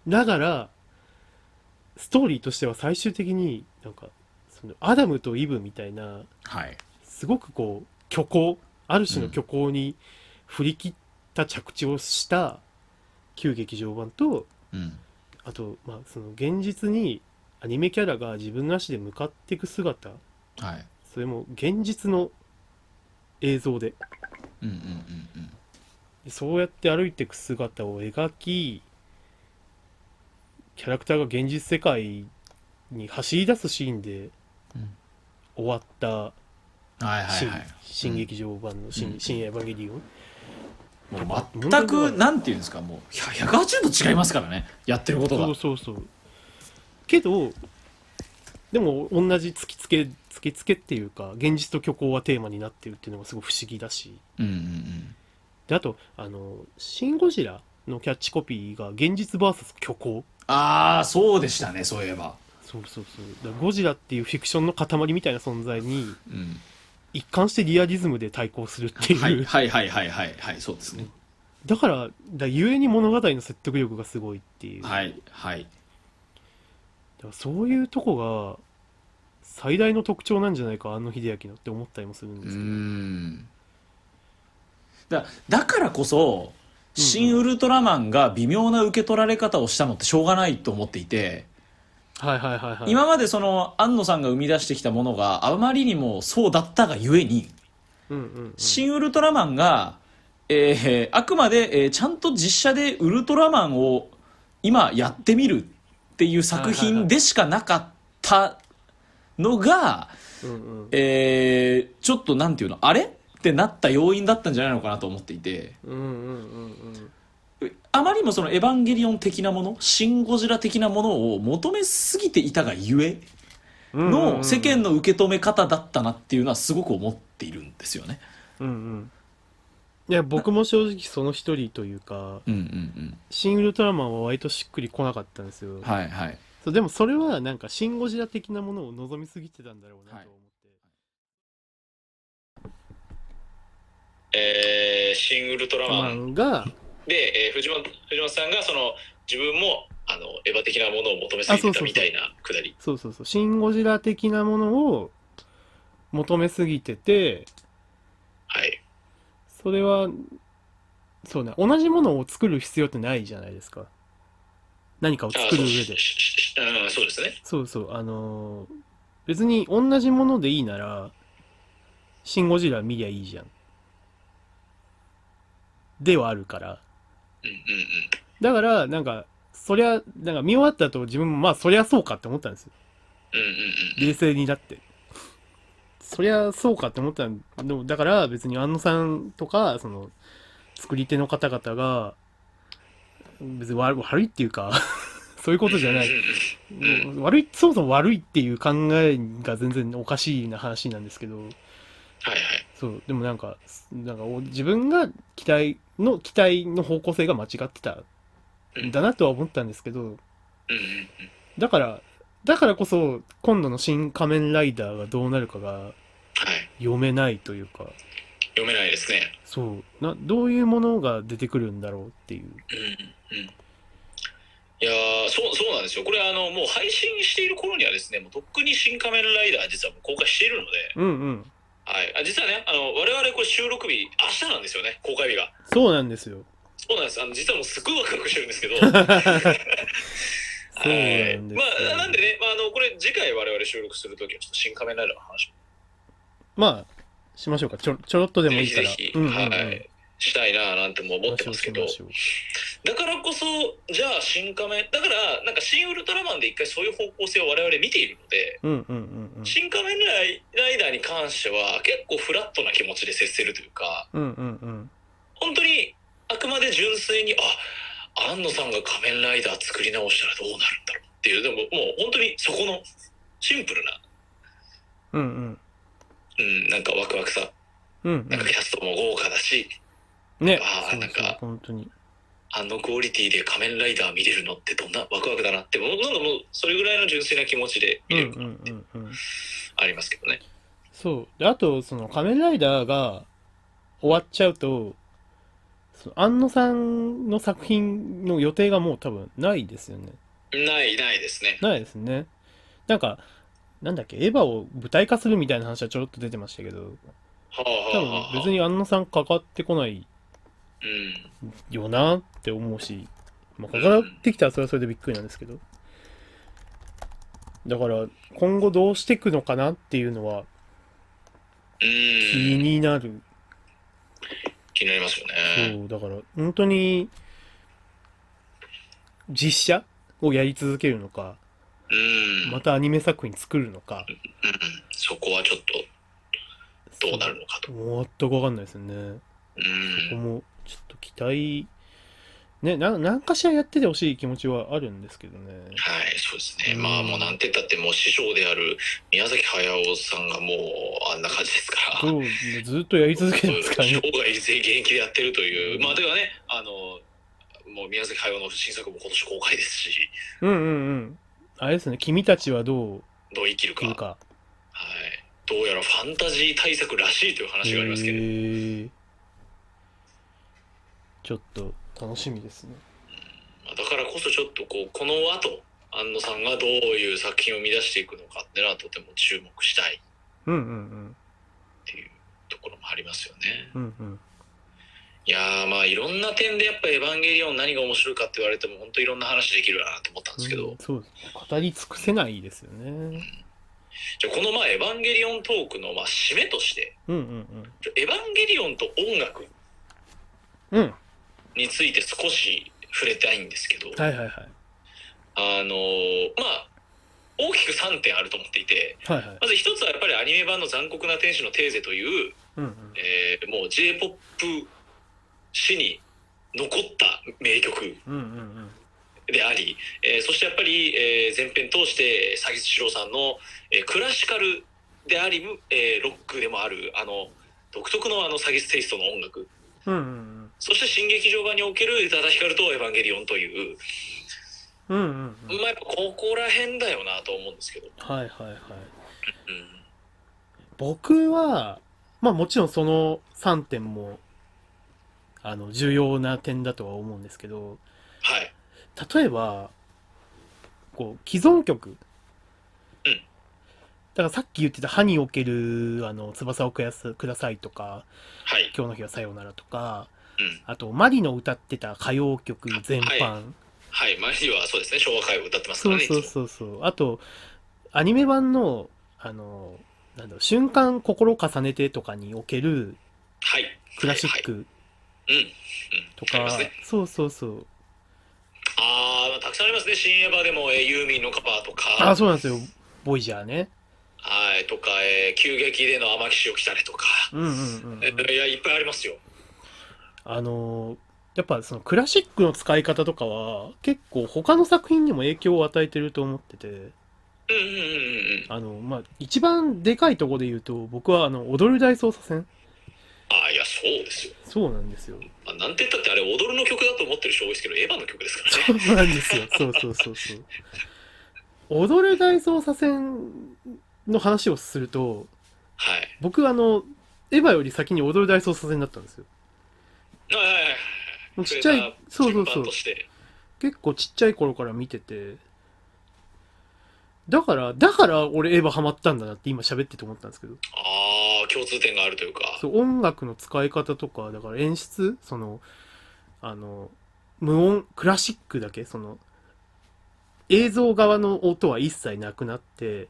B: ながらストーリーとしては最終的になんかそのアダムとイブみたいな
C: はい
B: すごくこう虚構ある種の虚構に振り切った着地をした旧劇場版と
C: うん
B: あとまあその現実にアニメキャラが自分の足で向かっていく姿
C: はい
B: それも現実の映像で
C: うんうんうんうん
B: そうやって歩いていく姿を描きキャラクターが現実世界に走り出すシーンで
C: うん
B: 終わった
C: はいはい
B: 新,、
C: はい
B: 新劇場版の新,、
C: うん
B: 新エヴァンゲリオン
C: もう全くなんていうんですかもう100 180度違いますからねやってることが
B: そうそうそうけどでも同じ突きつけ突きつけっていうか現実と虚構はテーマになってるっていうのがすごい不思議だし
C: うんうん
B: であとあの「シン・ゴジラ」のキャッチコピーが現実 VS 虚構
C: ああそうでしたねそういえば
B: そうそうそうだからゴジラっていうフィクションの塊みたいな存在に
C: うん
B: 一貫してリアリズムで対抗するっていう、
C: はいはいはいはいはいはいそうですね
B: だからだゆえに物語の説得力がすごいっていう、
C: はいはい
B: だからそういうとこが最大の特徴なんじゃないかあの秀明のって思ったりもするん
C: う
B: ですけど、
C: んだだからこそ「シン・ウルトラマン」が微妙な受け取られ方をしたのってしょうがないと思っていて
B: はいはいはいはい
C: 今までその庵野さんが生み出してきたものがあまりにもそうだったがゆえに
B: うんうんうん
C: 「シン・ウルトラマン」が
D: えーあくまで、えーちゃんと実写でウルトラマンを今やってみるっていう作品でしかなかったのが、
B: うんうん
D: えーちょっとなんていうのあれってなった要因だったんじゃないのかなと思っていて
B: うんうんうん
D: あまりにもその「エヴァンゲリオン」的なもの「シン・ゴジラ」的なものを求めすぎていたがゆえ
B: うん
D: の世間の受け止め方だったなっていうのはすごく思っているんですよね。
B: うんうんいや僕も正直その一人というか
D: うんうん
B: 「シン・ウルトラマン」は割としっくりこなかったんですよ、
D: うん、はいはい
B: そうでもそれはなんか「シン・ゴジラ」的なものを望みすぎてたんだろうなと思って、
C: えーシン・ウルトラマン
B: マンが
C: で、えー藤本藤本さんがその自分もあのエヴァ的なものを求めす
B: あそ
C: ぎて
B: うそう
C: た
B: そう
C: みたいなくだり
B: そうそうそう「シン・ゴジラ」的なものを求めすぎてて
C: はい
B: それはそうね同じものを作る必要ってないじゃないですか何かを
C: あ
B: 作る上
C: そ
B: で
C: うしししうんそうですね
B: そうそうあのー別に同じものでいいなら「シン・ゴジラ」見りゃいいじゃんではあるから
C: うんうんうん
B: だからなんかそりゃなんか見終わった後自分もまあそりゃそうかって思ったんですよ
C: うんうんうん
B: 冷静になってそりゃそうかって思ったのだから別に安野さんとかその作り手の方々が別に悪悪いっていうか そういうことじゃない
C: うんうんう
B: 悪いそもそも悪いっていう考えが全然おかしいな話なんですけど
C: はいはい
B: そうでもなんかなんかお自分が期待の期待の方向性が間違ってたんだなとは思ったんですけど
C: うんうん
B: だからだからこそ今度の「新仮面ライダー」がどうなるかが
C: はい
B: 読めないというか
C: 読めないですね
B: そうなどういうものが出てくるんだろうっていう
C: うんうんいやーそうそうなんですよこれあのもう配信している頃にはですねもうとっくに「新仮面ライダー」実はもう公開しているので、
B: うんうん
C: はい、あ実はねあの我々これ収録日明日なんですよね公開日が
B: そうなんですよ
C: そうなんです。あの実はもうすごいワクワクしてるんですけど。 ま
B: そうなんですよ
C: あなんでね、まああのこれ次回我々収録するときはちょっと新仮面ライダーの話
B: まあしましょうかちょちょろっとでも
C: ぜ
B: いい
C: ひ
B: か
C: ぜ
B: ら
C: ひ、
B: うんうんうん
C: はいしたいなぁなんても思ってますけど
B: 話をし
C: だ
B: ましょう
C: からこそじゃあ新仮面だからなんか新ウルトラマンで一回そういう方向性を我々見ているので、
B: うんうんうんうん
C: 新仮面ライライダーに関しては結構フラットな気持ちで接せるというか
B: うんうんうん
C: 本当にあくまで純粋にあ安野さんが仮面ライダー作り直したらどうなるんだろうっていうでももう本当にそこのシンプルな、
B: うんうん
C: うん、なんかワクワクさ
B: うん
C: なんかキャストも豪華だし、
B: うんね
C: あー
B: そう
C: なんか
B: そう本当に
C: あのクオリティで仮面ライダー見れるのってどんなワクワクだなってもうなんかもうそれぐらいの純粋な気持ちで
B: う
C: 見
B: んう
C: れ
B: ん
C: るの
B: うんうん
C: ありますけどね、
B: そうであとその仮面ライダーが終わっちゃうとその安野さんの作品の予定がもう多分ないですよね
C: ないないですね
B: ないですね。なんか、なんだっけ、エヴァを舞台化するみたいな話はちょろっと出てましたけど、
C: はあは
B: 多
C: あはあ
B: 分別に安野さんかかってこない
C: うん
B: よなって思うし、まあ、かかってきたらそれはそれでびっくりなんですけど。だから、今後どうしていくのかなっていうのは気
C: うん
B: になる。
C: 気になりますよね
B: そう、だから、本当に、実写をやり続けるのか、
C: うん、
B: またアニメ作品作るのか、
C: うん、そこはちょっとどうなるのかと
B: そう全くわかんないですよね。
C: うん
B: ここもちょっと期待、ね、な何かしらやっててほしい気持ちはあるんですけどね。
C: はい、そうですね。
B: うん
C: まあもうなんて言ったってもう師匠である宮崎駿さんがもうあんな感じですから。
B: そうずっとやり続けてますから
C: 生
B: ね。
C: 涯全現役でやってるというう。
B: ん
C: まあではね、あのもう宮崎駿の新作も今年公開ですし、
B: うんうんうん。あれですね、君たちはどう
C: どう生きるか。
B: 来るか。
C: はい。どうやらファンタジー対策らしいという話がありますけど、
B: へーちょっと楽しみですね。
C: まあだからこそちょっとこうこの後安野さんがどういう作品を生み出していくのかっていうのはとても注目したい
B: うんうん
C: っていうところもありますよね。
B: うん。うんうん。
C: いやーまあいろんな点でやっぱ「エヴァンゲリオン」何が面白いかって言われても本当いろんな話できるなと思ったんですけど、
B: うんそうです語り尽くせないですよね。
C: じゃあこのまあ「エヴァンゲリオン」トークのまあ締めとして
B: うんうんうん。
C: 「ちょエヴァンゲリオンと音楽」
B: うん。
C: について少し触れたいんですけど、
B: はいはいはい。
C: あのーまあ大きく3点あると思っていて
B: はいはい。
C: まず一つはやっぱりアニメ版の「残酷な天使のテーゼ」という、
B: うんうん。
C: えーもう j p o p 史に残った名曲
B: うんうん
C: であり、えーそしてやっぱり、えー前編通して詐欺師郎さんの、えークラシカルであり、えーロックでもあるあの独特のあの詐欺師テイストの音楽
B: うん。うんうん
C: そして新劇場版における宇多田ヒカルとエヴァンゲリオンという、
B: うん。うんうんうん。
C: まあ、やっぱここら辺だよなと思うんですけど。
B: はいはいはい。
C: うん
B: 僕は、まあもちろんその3点も、あの、重要な点だとは思うんですけど、
C: はい。
B: 例えば、こう、既存曲。
C: うん
B: だからさっき言ってた歯における、あの、翼をくやすくださいとか、
C: はい。
B: 今日の日はさようならとか、
C: うん。
B: あと、マリの歌ってた歌謡曲全般。
C: ははい。マリはそうですね。昭和歌謡を歌ってますか
B: そ
C: ら
B: う
C: ね。
B: そうそうそう。あと、アニメ版の、あの、なんだろう、瞬間心重ねてとかにおける
C: はい。
B: クラシ
C: はい
B: ック
C: はいうん。
B: と
C: あり
B: か
C: ますね、
B: そうそうそう。
C: あーまあ、たくさんありますね。新エヴァでも、えーユーミンのカバーとか、
B: あ、そうなんですよ。ボイジャーね。
C: はい。とか、えー急激での天城市を来たねとか、
B: うんうんうんうん。
C: えーいや、いっぱいありますよ。
B: あの、やっぱそのクラシックの使い方とかは、結構他の作品にも影響を与えてると思ってて、
C: うんうんうんうん。
B: あの、まあ、一番でかいとこで言うと、僕はあの、踊る大捜査線。
C: ああ、いや、そうですよ。
B: そうなんですよ。
C: まあ、なんて言ったって、あれ、踊るの曲だと思ってる人多いですけど、エヴァの曲ですからね。
B: そうなんですよ。そうそうそうそう。踊る大捜査線の話をすると、
C: はい。
B: 僕あの、エヴァより先に踊る大捜査線だったんですよ。
C: はいはいはいは
B: もう
C: い。
B: ちっちゃい、そうそ
C: 順
B: うそ
C: 番
B: う
C: と。して。
B: 結構ちっちゃい頃から見てて、だから、だから俺エヴァハマったんだなって今喋ってて思ったんですけど、
C: ああ、共通点があるというか。
B: そう音楽の使い方とか、だから演出、その、あの、無音、クラシックだけ、その、映像側の音は一切なくなって、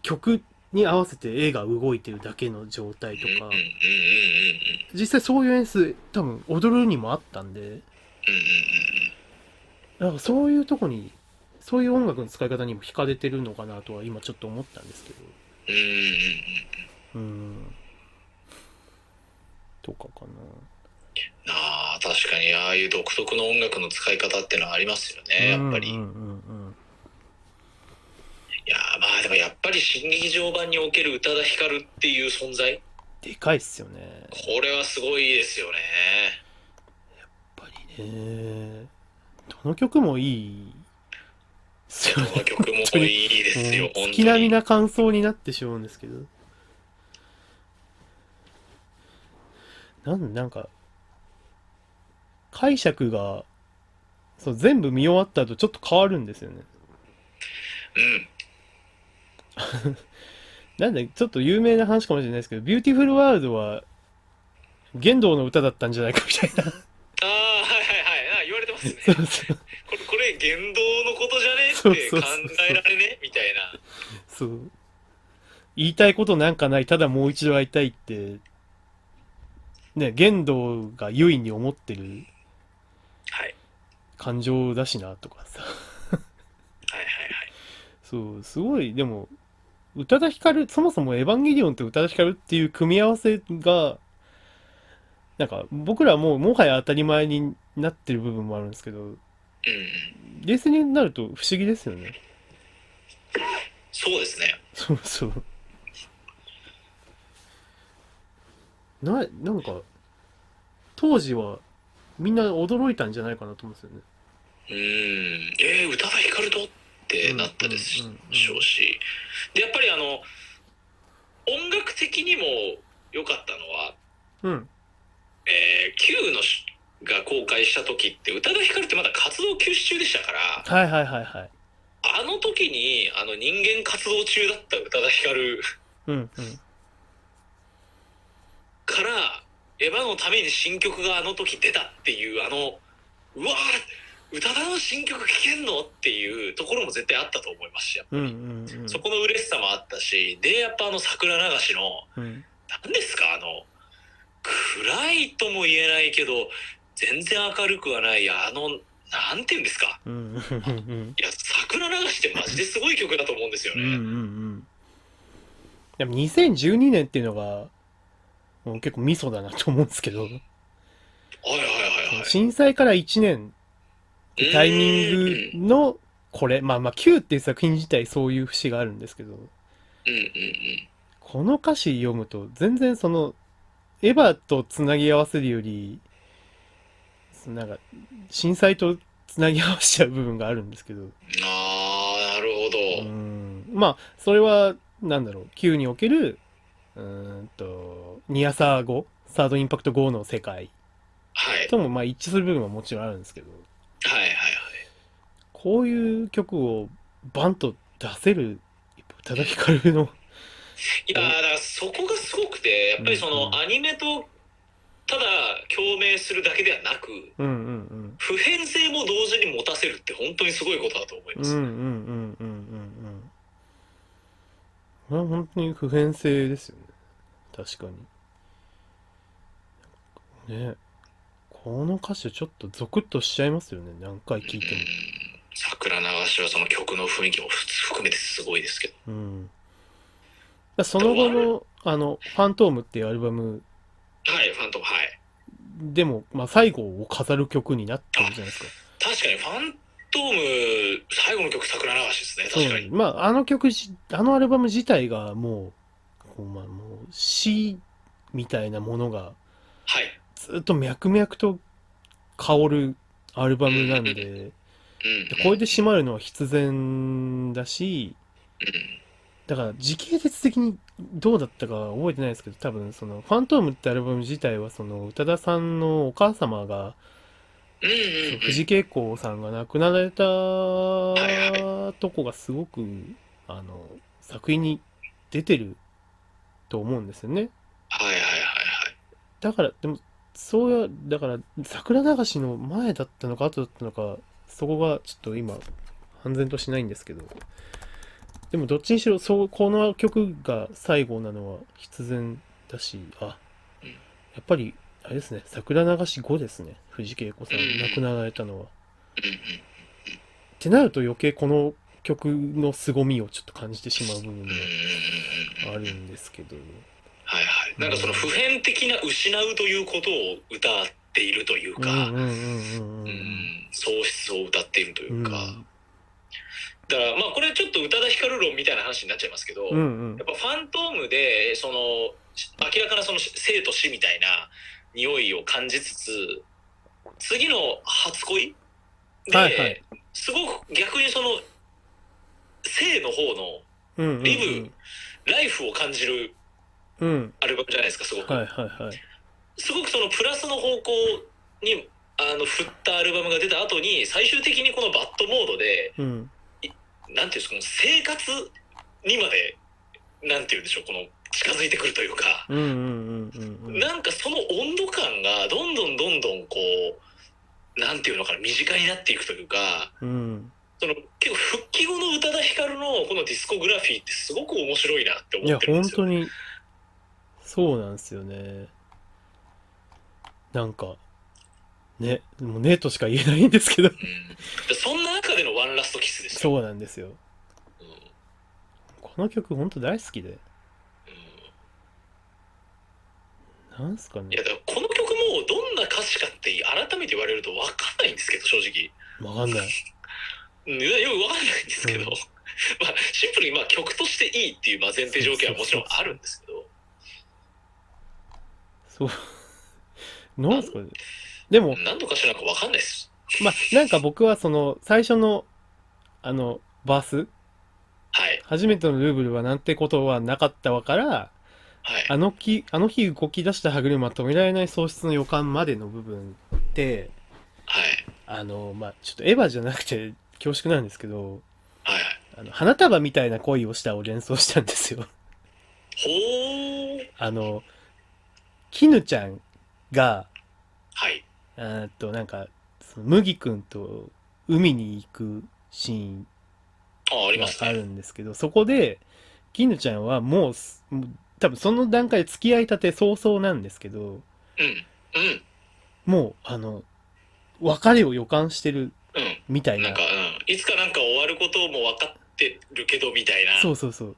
B: 曲に合わせて絵が動いてるだけの状態と
C: うん
B: か
C: うんうんうん、うん。
B: 実際そういう演出、多分踊るにもあったんで、
C: うんうんうんうん。
B: なんかそういうとこに、そういう音楽の使い方にも惹かれてるのかなとは今ちょっと思ったんですけど。
C: うんうんうんうん。
B: うん。とかかな。
C: ああ確かにああいう独特の音楽の使い方ってのはありますよねやっぱり、
B: うん
C: い
B: うんうん
C: やーまあでもやっぱり新劇場版における宇多田ヒカルっていう存在
B: でかいっすよね。やっ
C: これはすごいですよね
B: ぱりね。どの曲もいい。そ
C: この曲もいいですよ本
B: 月
C: 当
B: 並み
C: に
B: な感想になってしまうんですけど。なん、なんか、解釈が、そう、全部見終わった後ちょっと変わるんですよね。
C: うん
B: なんだ、ちょっと有名な話かもしれないですけど、ビューティフルワールドは、玄道の歌だったんじゃないかみ たいな。
C: ああはいはいはいあー言われてますね
B: そうそう。
C: これこれ言動のことじゃね
B: そう
C: って
B: そう
C: 考
B: そう
C: えられねみたいな
B: そう。言いたいことなんかない、ただもう一度会いたいって、ね、玄道が優位に思ってる
C: はい
B: 感情だしなとかさ
C: はいはいはい
B: そうすごいでも宇多田ヒカルそもそも「エヴァンゲリオン」と宇多田ヒカルっていう組み合わせがなんか僕らはもうもはや当たり前になってる部分もあるんですけど
C: うんうん
B: 冷静になると不思議ですよね
C: そうですね
B: そうそうななんか当時はみんな驚いたんじゃないかなと思うんですよね
C: うんえー、宇多田ヒカルとってなったでし
B: うんうんうんうん
C: ょうしでやっぱりあの音楽的にも良かったのは、
B: うん
C: えー、Q のしが公開した時って宇多田ヒカルってまだ活動休止中でしたから
B: はいはいはいはい
C: あの時にあの人間活動中だった宇多田ヒカル
B: うん
C: から「エヴァ」のために新曲があの時出たっていうあのうわー宇多田の新曲聴けんのっていうところも絶対あったと思いますしやっぱ
B: うんう
C: り。
B: んうんうん
C: そこの嬉しさもあったしでやっぱあの桜流しの
B: うん
C: 何ですかあのクラないとも言えないけど全然明るくはないあのなんていうんですか
B: うんうん
C: いや桜流しってマジですごい曲だと思うんですよ
B: う
C: ね。
B: んでも2012年っていうのがもう結構ミソだなと思うんですけど
C: はいはいはいはい。
B: 震災から1年ってタイミングのこれまあまあ Q っていう作品自体そういう節があるんですけど
C: うんうんうん。
B: この歌詞読むと全然そのエヴァとつなぎ合わせるよりそのなんか震災とつなぎ合わせちゃう部分があるんですけど
C: ああなるほ
B: う
C: ど。
B: んまあそれはなんだろう Q におけるうーんとニアサー5サードインパクト5の世界
C: はい
B: ともまあ一致する部分はもちろんあるんですけど
C: はいはいはい。
B: こういう曲をバンと出せる宇多田ヒカルの
C: いやーだからそこがすごくてやっぱりそ
B: うんうん
C: のアニメとただ共鳴するだけではなく
B: うんうん
C: 普遍性も同時に持たせるって本当にすごいことだと思い
B: うんう
C: ま
B: んうん
C: す。
B: うんうんうんうんこれは本当に普遍性ですよね確かにねこの歌詞ちょっとゾクッとしちゃいますよね何回聴いても
C: 桜流しはその曲の雰囲気も含めてすごいですけど。
B: うん、その後の「あのファントーム」っていうアルバム
C: はい、ファントム、はい。
B: でも、まあ、最後を飾る曲になってるじゃないですか。
C: 確かにファントム、最後の曲桜流しですね、確かに。
B: まあ、あの曲じ、あのアルバム自体がもう、こうまあ、もう死みたいなものが
C: はい。
B: ずっと脈々と香るアルバムなんで、で
C: うん。
B: これで締まるのは必然だし、だから時系列的にどうだったかは覚えてないですけど多分その「ファントーム」ってアルバム自体はその宇多田さんのお母様が
C: うんうん
B: そ
C: うん
B: の
C: うん。
B: 藤圭子さんが亡くなられた
C: い
B: とこがすごくあの作品に出てると思うんですよね
C: はいはいはいはい。
B: だからでもそうやだから桜流しの前だったのか後だったのかそこがちょっと今判然としないんですけどでもどっちにしろそうこの曲が最後なのは必然だしあ
C: うん
B: やっぱりあれですね桜流し5ですね藤圭子さん
C: うん
B: 亡くなられたのは。っ
C: うんうん
B: てなると余計この曲の凄みをちょっと感じてしまう部分も
C: うんうんうんうん。
B: あるんですけど。
C: はいはい、なんかその普遍的な失うということを歌っているという
B: うんう
C: か、
B: んうんうんう
C: うんん喪失を歌っているとい
B: うん
C: うか、だからまあこれちょっと宇多田ヒカル論みたいな話になっちゃいますけど、
B: う
C: やっ
B: んうん
C: ぱ「ファントーム」でその明らかなその生と死みたいな匂いを感じつつ次の初恋で、
B: はいはい
C: すごく逆にその生の方の
B: うんうんうん
C: リライフを感じる
B: うん
C: アルバムじゃないですかすごく。
B: はいはいはい。
C: すごくそのプラスの方向にあの振ったアルバムが出た後に最終的にこのバッドモードで
B: うん。
C: なんていうんですか生活にまでなんていうんでしょうこの近づいてくるというか、
B: うんうんうんうんうん。
C: なんかその温度感がどんどんどんどんこうなんていうのかな身近になっていくというか
B: うん。
C: その結構復帰後の宇多田ヒカルのこのディスコグラフィーってすごく面白いなって
B: い
C: 思
B: や、
C: ってるん
B: 本
C: ですよ。
B: 当に、そうなんですよね。なんか、ね、もうねとしか言えないんですけど、
C: うんそんな中でのワンラストキスですよ。
B: そうなんですよ。
C: うんうん
B: この曲本当大好きで。なんすかね
C: いや。だからこの曲もどんな歌詞かって改めて言われると分かんないんですけど正直
B: わかんない。
C: うんいやよく分かんないんですけど、
B: うん
C: まあシンプルにまあ曲としていいっていうまあ前提条件はもちろんあるんですけど
B: そう。なんすかね。でも、
C: 何の歌詞なのか分かんないです
B: まあ、なんか僕はその、最初の、あの、バース、
C: はい
B: 初めてのルーブルはなんてことはなかったわから、
C: はい
B: あのきあの日動き出した歯車止められない喪失の予感までの部分って
C: はい
B: あのまあちょっとエヴァじゃなくて恐縮なんですけど
C: はい
B: あの花束みたいな恋をしたを連想したんですよ
C: ほー
B: あの絹ちゃんが
C: はい
B: あーっとなんかその麦君と海に行くシーン
C: あありま
B: が
C: す
B: あ
C: ね
B: るんですけどそこで絹ちゃんはもうすもう多分その段階で付き合いたて早々なんですけど
C: うんうん
B: もう、あの、別れを予感してる
C: うん
B: みたい
C: なん
B: な
C: か、うん、いつかなんか終わることも分かってるけどみたいな
B: そうそうそう。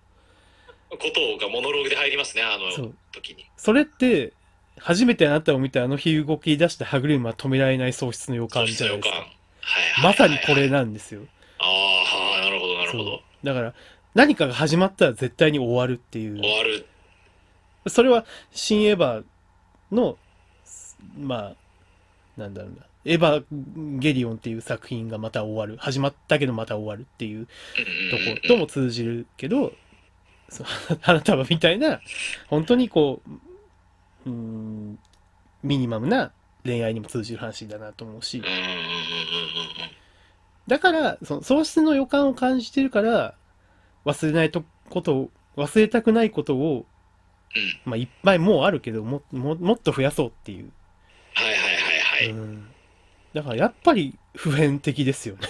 C: ことがモノローグで入りますねあ
B: そ
C: の
B: う。
C: 時に
B: それって、初めてあなたを見たあの日動き出した歯車は止められない喪失の予
C: 喪
B: 感じ
C: 失
B: ゃ
C: の
B: ない
C: 予
B: です
C: 感
B: か。
C: はいは
B: ま
C: いは
B: さ
C: いはい
B: にこれなんですよ。
C: ああなるほどなるほ
B: そう
C: ど
B: だから、何かが始まったら絶対に終わるっていう。
C: 終わる
B: それは、新エヴァの、まあ、なんだろうな。エヴァゲリオンっていう作品がまた終わる。始まったけどまた終わるっていうとことも通じるけど、そう花束みたいな、本当にこう、うーん、ミニマムな恋愛にも通じる話だなと思うし
C: うん、うんうんうんうんうん
B: だから、その喪失の予感を感じてるから、忘れないとことを、忘れたくないことを、
C: うん
B: まあ、いっぱいもうあるけども、も、もっと増やそうっていう。
C: はいはいはいはい、
B: うんだから、やっぱり普遍的ですよ ね。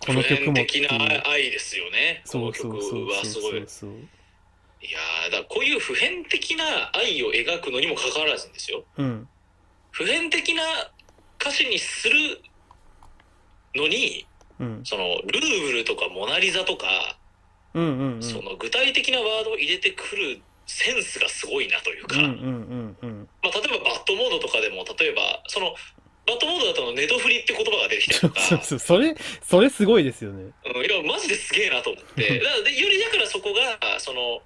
B: この曲
C: 普
B: も
C: 遍
B: ってい
C: 的
B: う。
C: な愛ですよねこ
B: そ
C: の
B: うそ
C: 曲
B: うそう
C: はす
B: そう
C: ごい
B: そうそう。
C: いやーだからこういう普遍的な愛を描くのにもかかわらずですよ
B: うん。
C: 普遍的な歌詞にするのに
B: うん。
C: そのルーブルとかモナ・リザとか、
B: うんうんうん。
C: その具体的なワードを入れてくるセンスがすごいなという
B: う
C: か、
B: んうんうんうん。
C: まあ、例えばバッドモードとかでも例えばそのバッドモードだとあのネドフリって言葉が出てきた
B: そ
C: り
B: う
C: とか
B: そうそう。それ、それすごいですよね。
C: うん、いやマジですげえなと思 ってだでよりだからそこがその、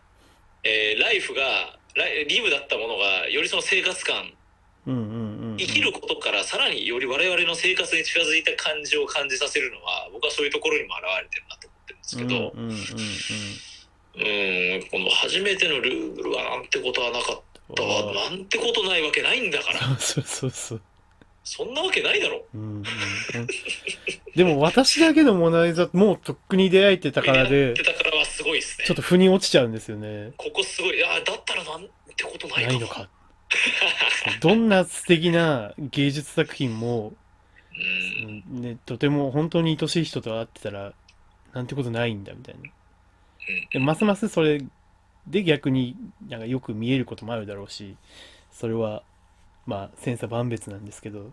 C: えーライフがライリブだったものがよりその生活感
B: うんうんうんうん。
C: 生きることからさらにより我々の生活に近づいた感じを感じさせるのは僕はそういうところにも表れてるなと思ってるんですけど
B: うんうんうんうん。
C: うんこの初めてのルーブルはなんてことはなかったわなんてことないわけないんだから
B: そうそうそう。
C: そんなわけないだろ
B: うんうんうんでも私だけのモナリザ、もうとっくに出会えてたから
C: や
B: で
C: っ、てたからはすごいですね
B: ちょっと腑に落ちちゃうんですよね。
C: ここすごいあだったらなんてことない
B: な
C: か
B: い
C: も
B: のか。どんな素敵な芸術作品も、
C: うん
B: うんね、とても本当に愛しい人と会ってたら、なんてことないんだみたいな。でますますそれで逆になんかよく見えることもあるだろうし、それは、まあ、千差万別なんですけど。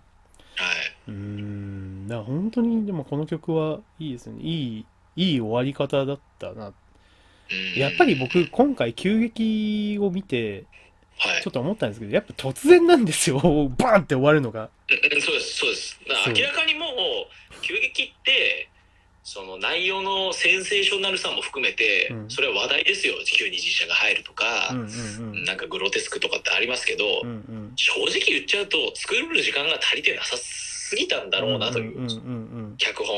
C: はい、
B: うーん、だから本当にでもこの曲はいいですね。いい、いい終わり方だったな。
C: うん
B: やっぱり僕、今回急激を見て、
C: はい
B: ちょっと思ったんですけど、やっぱ突然なんですよ。 バーンって終わるのが。
C: うんそうですそうですだから
B: そう
C: 明らかにもう急激ってその内容のセンセーショナルさも含めて、
B: うん
C: それは話題ですよ急に実写が入るとか、
B: うんうんうん。
C: なんかグロテスクとかってありますけど、
B: うんうん。
C: 正直言っちゃうと作る時間が足りてなさすぎたんだろうなという、
B: うんうん
C: 脚本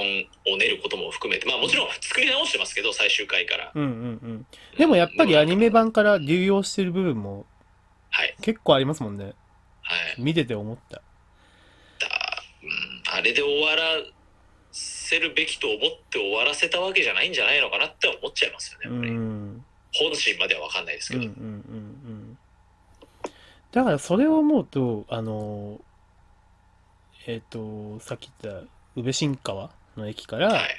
C: を練ることも含めてまあもちろん作り直してますけど最終回から、
B: うん。うんうんうん。でもやっぱりアニメ版から流用してる部分も
C: はい
B: 結構ありますもんね。
C: はい
B: 見てて思った。
C: だ、うん、あれで終わらせるべきと思って終わらせたわけじゃないんじゃないのかなって思っちゃいますよね
B: う
C: やっぱり
B: ん。
C: 本心までは分かんないです
B: う
C: け
B: んう
C: ど、
B: ん
C: う
B: う
C: んん
B: うん。だからそれを思うと、あの、えっ、と、さっき言った宇部新川の駅から、
C: はい、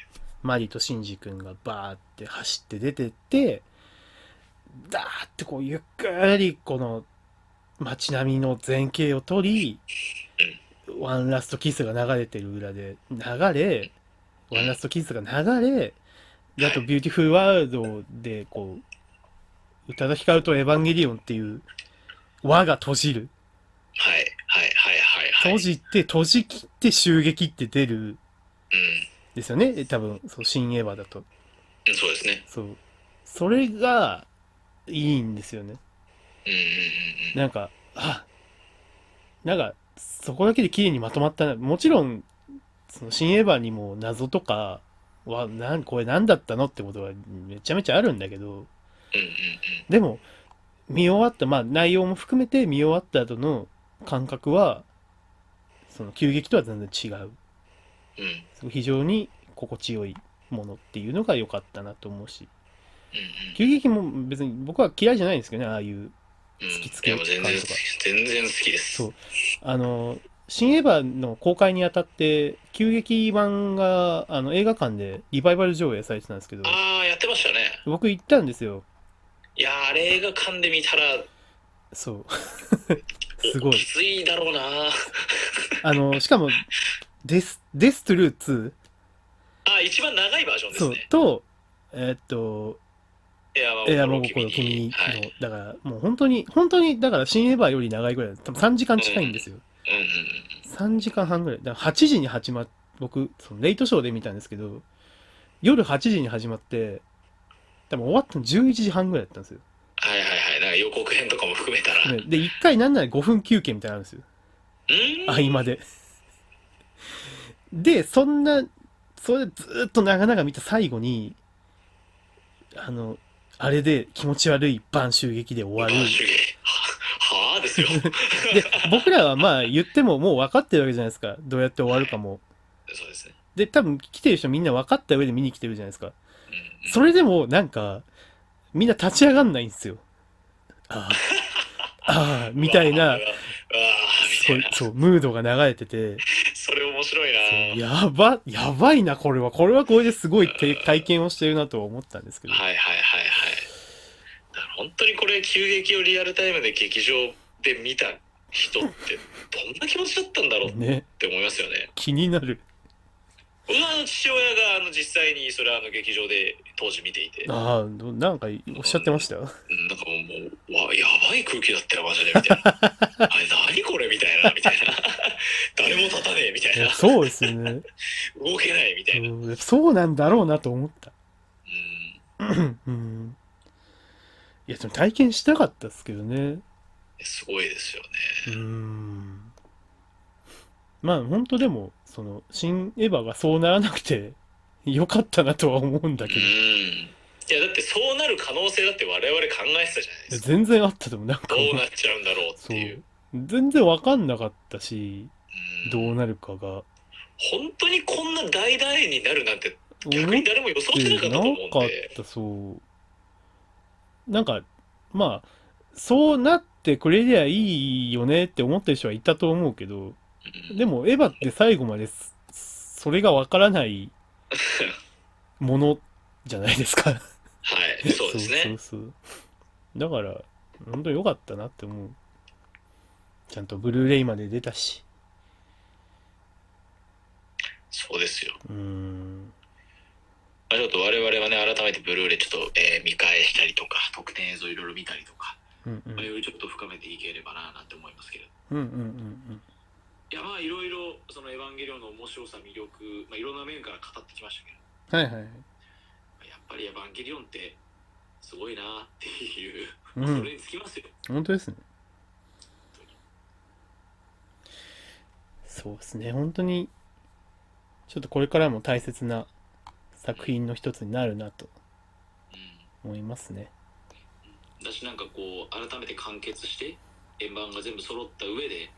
B: マリとシンジ君がバーって走って出てって、ダーってこうゆっくりこの街並みの前景を撮り、ワンラストキスが流れてる裏で流れ、ワンラストキスが流れ、であとビューティフルワールドでこう、宇多田ヒカルとエヴァンゲリオンっていう輪が閉じる。
C: はいはいはいはいはい
B: 閉じて、閉じ切って襲撃って出るん
C: う
B: ですよね。多分、そう、新エヴァだと。
C: んそうですね
B: そう。それが、いいんですよね。
C: うんうんうんうん
B: なんか、あ、なんか、そこだけで綺麗にまとまったな。もちろん、その、新エヴァにも謎とかは、なん、これ何だったのってことはめちゃめちゃあるんだけど、
C: うんうん
B: でも、見終わった、まあ内容も含めて見終わった後の感覚は、その、急激とは全然違う。
C: うんうん
B: すごい非常に心地よいものっていうのが良かったなと思うし。
C: うん
B: 急激も別に僕は嫌いじゃないんですけどね、ああいう。
C: うん
B: 突きつけ
C: い
B: る
C: やもう全然好
B: 感じとか
C: き全然好きです
B: そうあの、新エヴァの公開にあたって、急激版があの映画館でリバイバル上映されてたんですけど、
C: ああやってましたね
B: 僕行ったんですよ。
C: いやーあれ映画館で見たら
B: そう。 すごい
C: きついだろうな
B: あの、しかも、デス、デストゥルー2
C: あ一番長いバージョンで
B: そ
C: す
B: う
C: ね、
B: と、えーっと、
C: エアは
B: エアロ
C: も
B: ボコの君に
C: はい、うん
B: の、だから、もう本当に、本当に、だから、新エヴァより長いぐらい、多分3時間近いんですよ。
C: うんうん、
B: 3時間半ぐらい。だから8時に始まっ、僕、そのレイトショーで見たんですけど、夜8時に始まって、多分終わったの11時半ぐらいだったんですよ。
C: はいはいはいなんか予告編とかも含めたら、うん
B: で、で1回なんなら5分休憩みたいなのあるんですよ。合間で。で、そんな、それでずーっと長々見た最後に、あの、あれで気持ち悪い晩襲撃で終わ
C: バ
B: る。
C: ーシュゲははあですよ
B: で、僕らはまあ言ってももう分かってるわけじゃないですか。どうやって終わるかも。
C: そうですね、
B: で、多分来てる人みんな分かった上で見に来てるじゃないですか。
C: うんうん
B: それでもなんか、みんな立ち上がんないんですよ。ああ、ああ、みたいう
C: わー、
B: な
C: うわーみた
B: そ
C: いうな
B: そう、ムードが流れてて。
C: それ面白いな
B: そうやば、やばいな、これは。これはこれですごいて体験をしてるなとは思ったんですけど。
C: はいはいはいはいだから本当にこれ急激をリアルタイムで劇場で見た人ってどんな気持ちだったんだろうっ
B: ね、
C: て思いますよね
B: 気になる。
C: 僕のあの父親があの実際にそれはあの劇場で当時見ていて、う
B: ああ、どなんかおっしゃってましたよ。
C: ん、なんかもうもうわやばい空気だったよマジでみた いなあれ何これみたいなみ たいな誰も立たねえみたい
B: い
C: な
B: やそうですよね。
C: 動けないみたいな、うん
B: うんそうなんだろうなと思った。うん。いや、でも体験したかったですけどね。
C: すごいですよね
B: うん。まあ、本当でも、その、新エヴァがそうならなくて、よかったなとは思うんだけ
C: うんいやだってそうなる可能性だって我々考えてたじゃないで
B: ど、
C: すか
B: 全然あったでもなんか
C: ど、うなっちゃうんだろうって
B: そう
C: いう。
B: 全然わかんなかったし、
C: うん
B: どうなるかが。
C: 本当にこんな大大になるなんて逆
B: 思っ
C: に誰も予想して
B: て
C: なかった
B: な
C: と思うん
B: かっ
C: で
B: た、そう。なんか、まあ、そうなってくれりゃいいよねって思ってる人はいたと思うけど、でも、エヴァって最後まですそれがわからないものじゃないですか。
C: はいそうですね
B: そうそうそうだから、本当に良かったなって思う。ちゃんとブルーレイまで出たし。
C: そうですよ、
B: うーん。
C: まあ、ちょっと我々はね改めてブルーレイちょっと、えー見返したりとか特典映像いろいろ見たりとか、
B: うんうん。
C: まあ、よりちょっと深めていければななんて思いますけれど
B: うんうんうん
C: いやまあいろいろその「エヴァンゲリオン」の面白さ魅力、まあ、いろんな面から語ってきましたけど
B: うん。はいはい。
C: まあやっぱり「エヴァンゲリオン」ってすごいなっていう、
B: う
C: そ
B: ん。
C: れにつきますよ
B: 本当ですね。そうですね。本当に、ちょっとこれからも大切な作品の一つになるなと
C: うん
B: 思いますね。
C: 私なんかこう改めて完結して円盤が全部揃った上で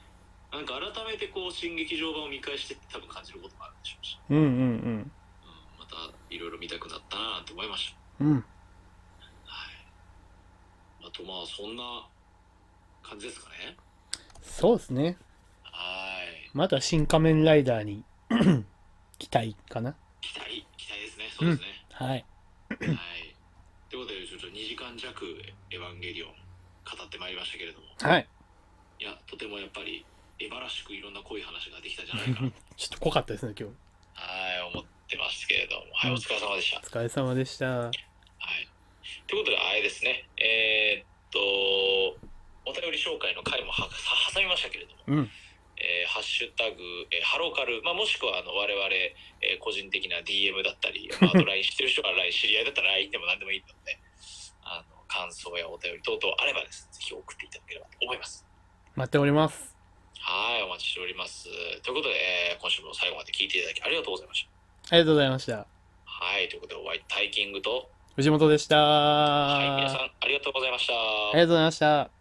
C: なんか改めてこう新劇場版を見返してって多分感じることもあるでしょうし、
B: うんうん
C: うん、またいろいろ見たくなったなって思いまし
B: うん。うん。
C: た、はい、あとまあそんな感じですかね
B: そうですね。
C: はい
B: また新仮面ライダーに 期待かな。
C: 期待期待ですねそうですね、
B: はい。
C: はいということでちょっと2時間弱「エヴァンゲリオン」語ってまいりましたけれども
B: はい。
C: いやとてもやっぱりエヴァらしくいろんな濃い話ができたじゃないかな
B: ちょっと濃かったですね、今日。
C: はい、思ってますけれども、はい、
B: うん
C: お疲れ様でした。
B: お疲れ様でした。
C: はい。ということで、あれですね、えーっと、お便り紹介の回もはさ挟みましたけれども、
B: うん。
C: えーハッシュタグ、えーハローカル、まあ、もしくはあの我々、えー個人的な DM だ ったり、まあ、あと LINE してる人が LINE、知り合いだったら LINE でも何でもいいので、あの感想やお便り等々あればですね、ぜひ送っていただければと思います。
B: 待っております。
C: はい、お待ちしております。ということで、えー今週も最後まで聞いていただきありがとうございました。
B: ありがとうございました。
C: はい、ということで、お会いタイキングと、
B: 藤本でした。
C: はい、皆さん
B: あ
C: ありがとうございました。
B: りがとうございました。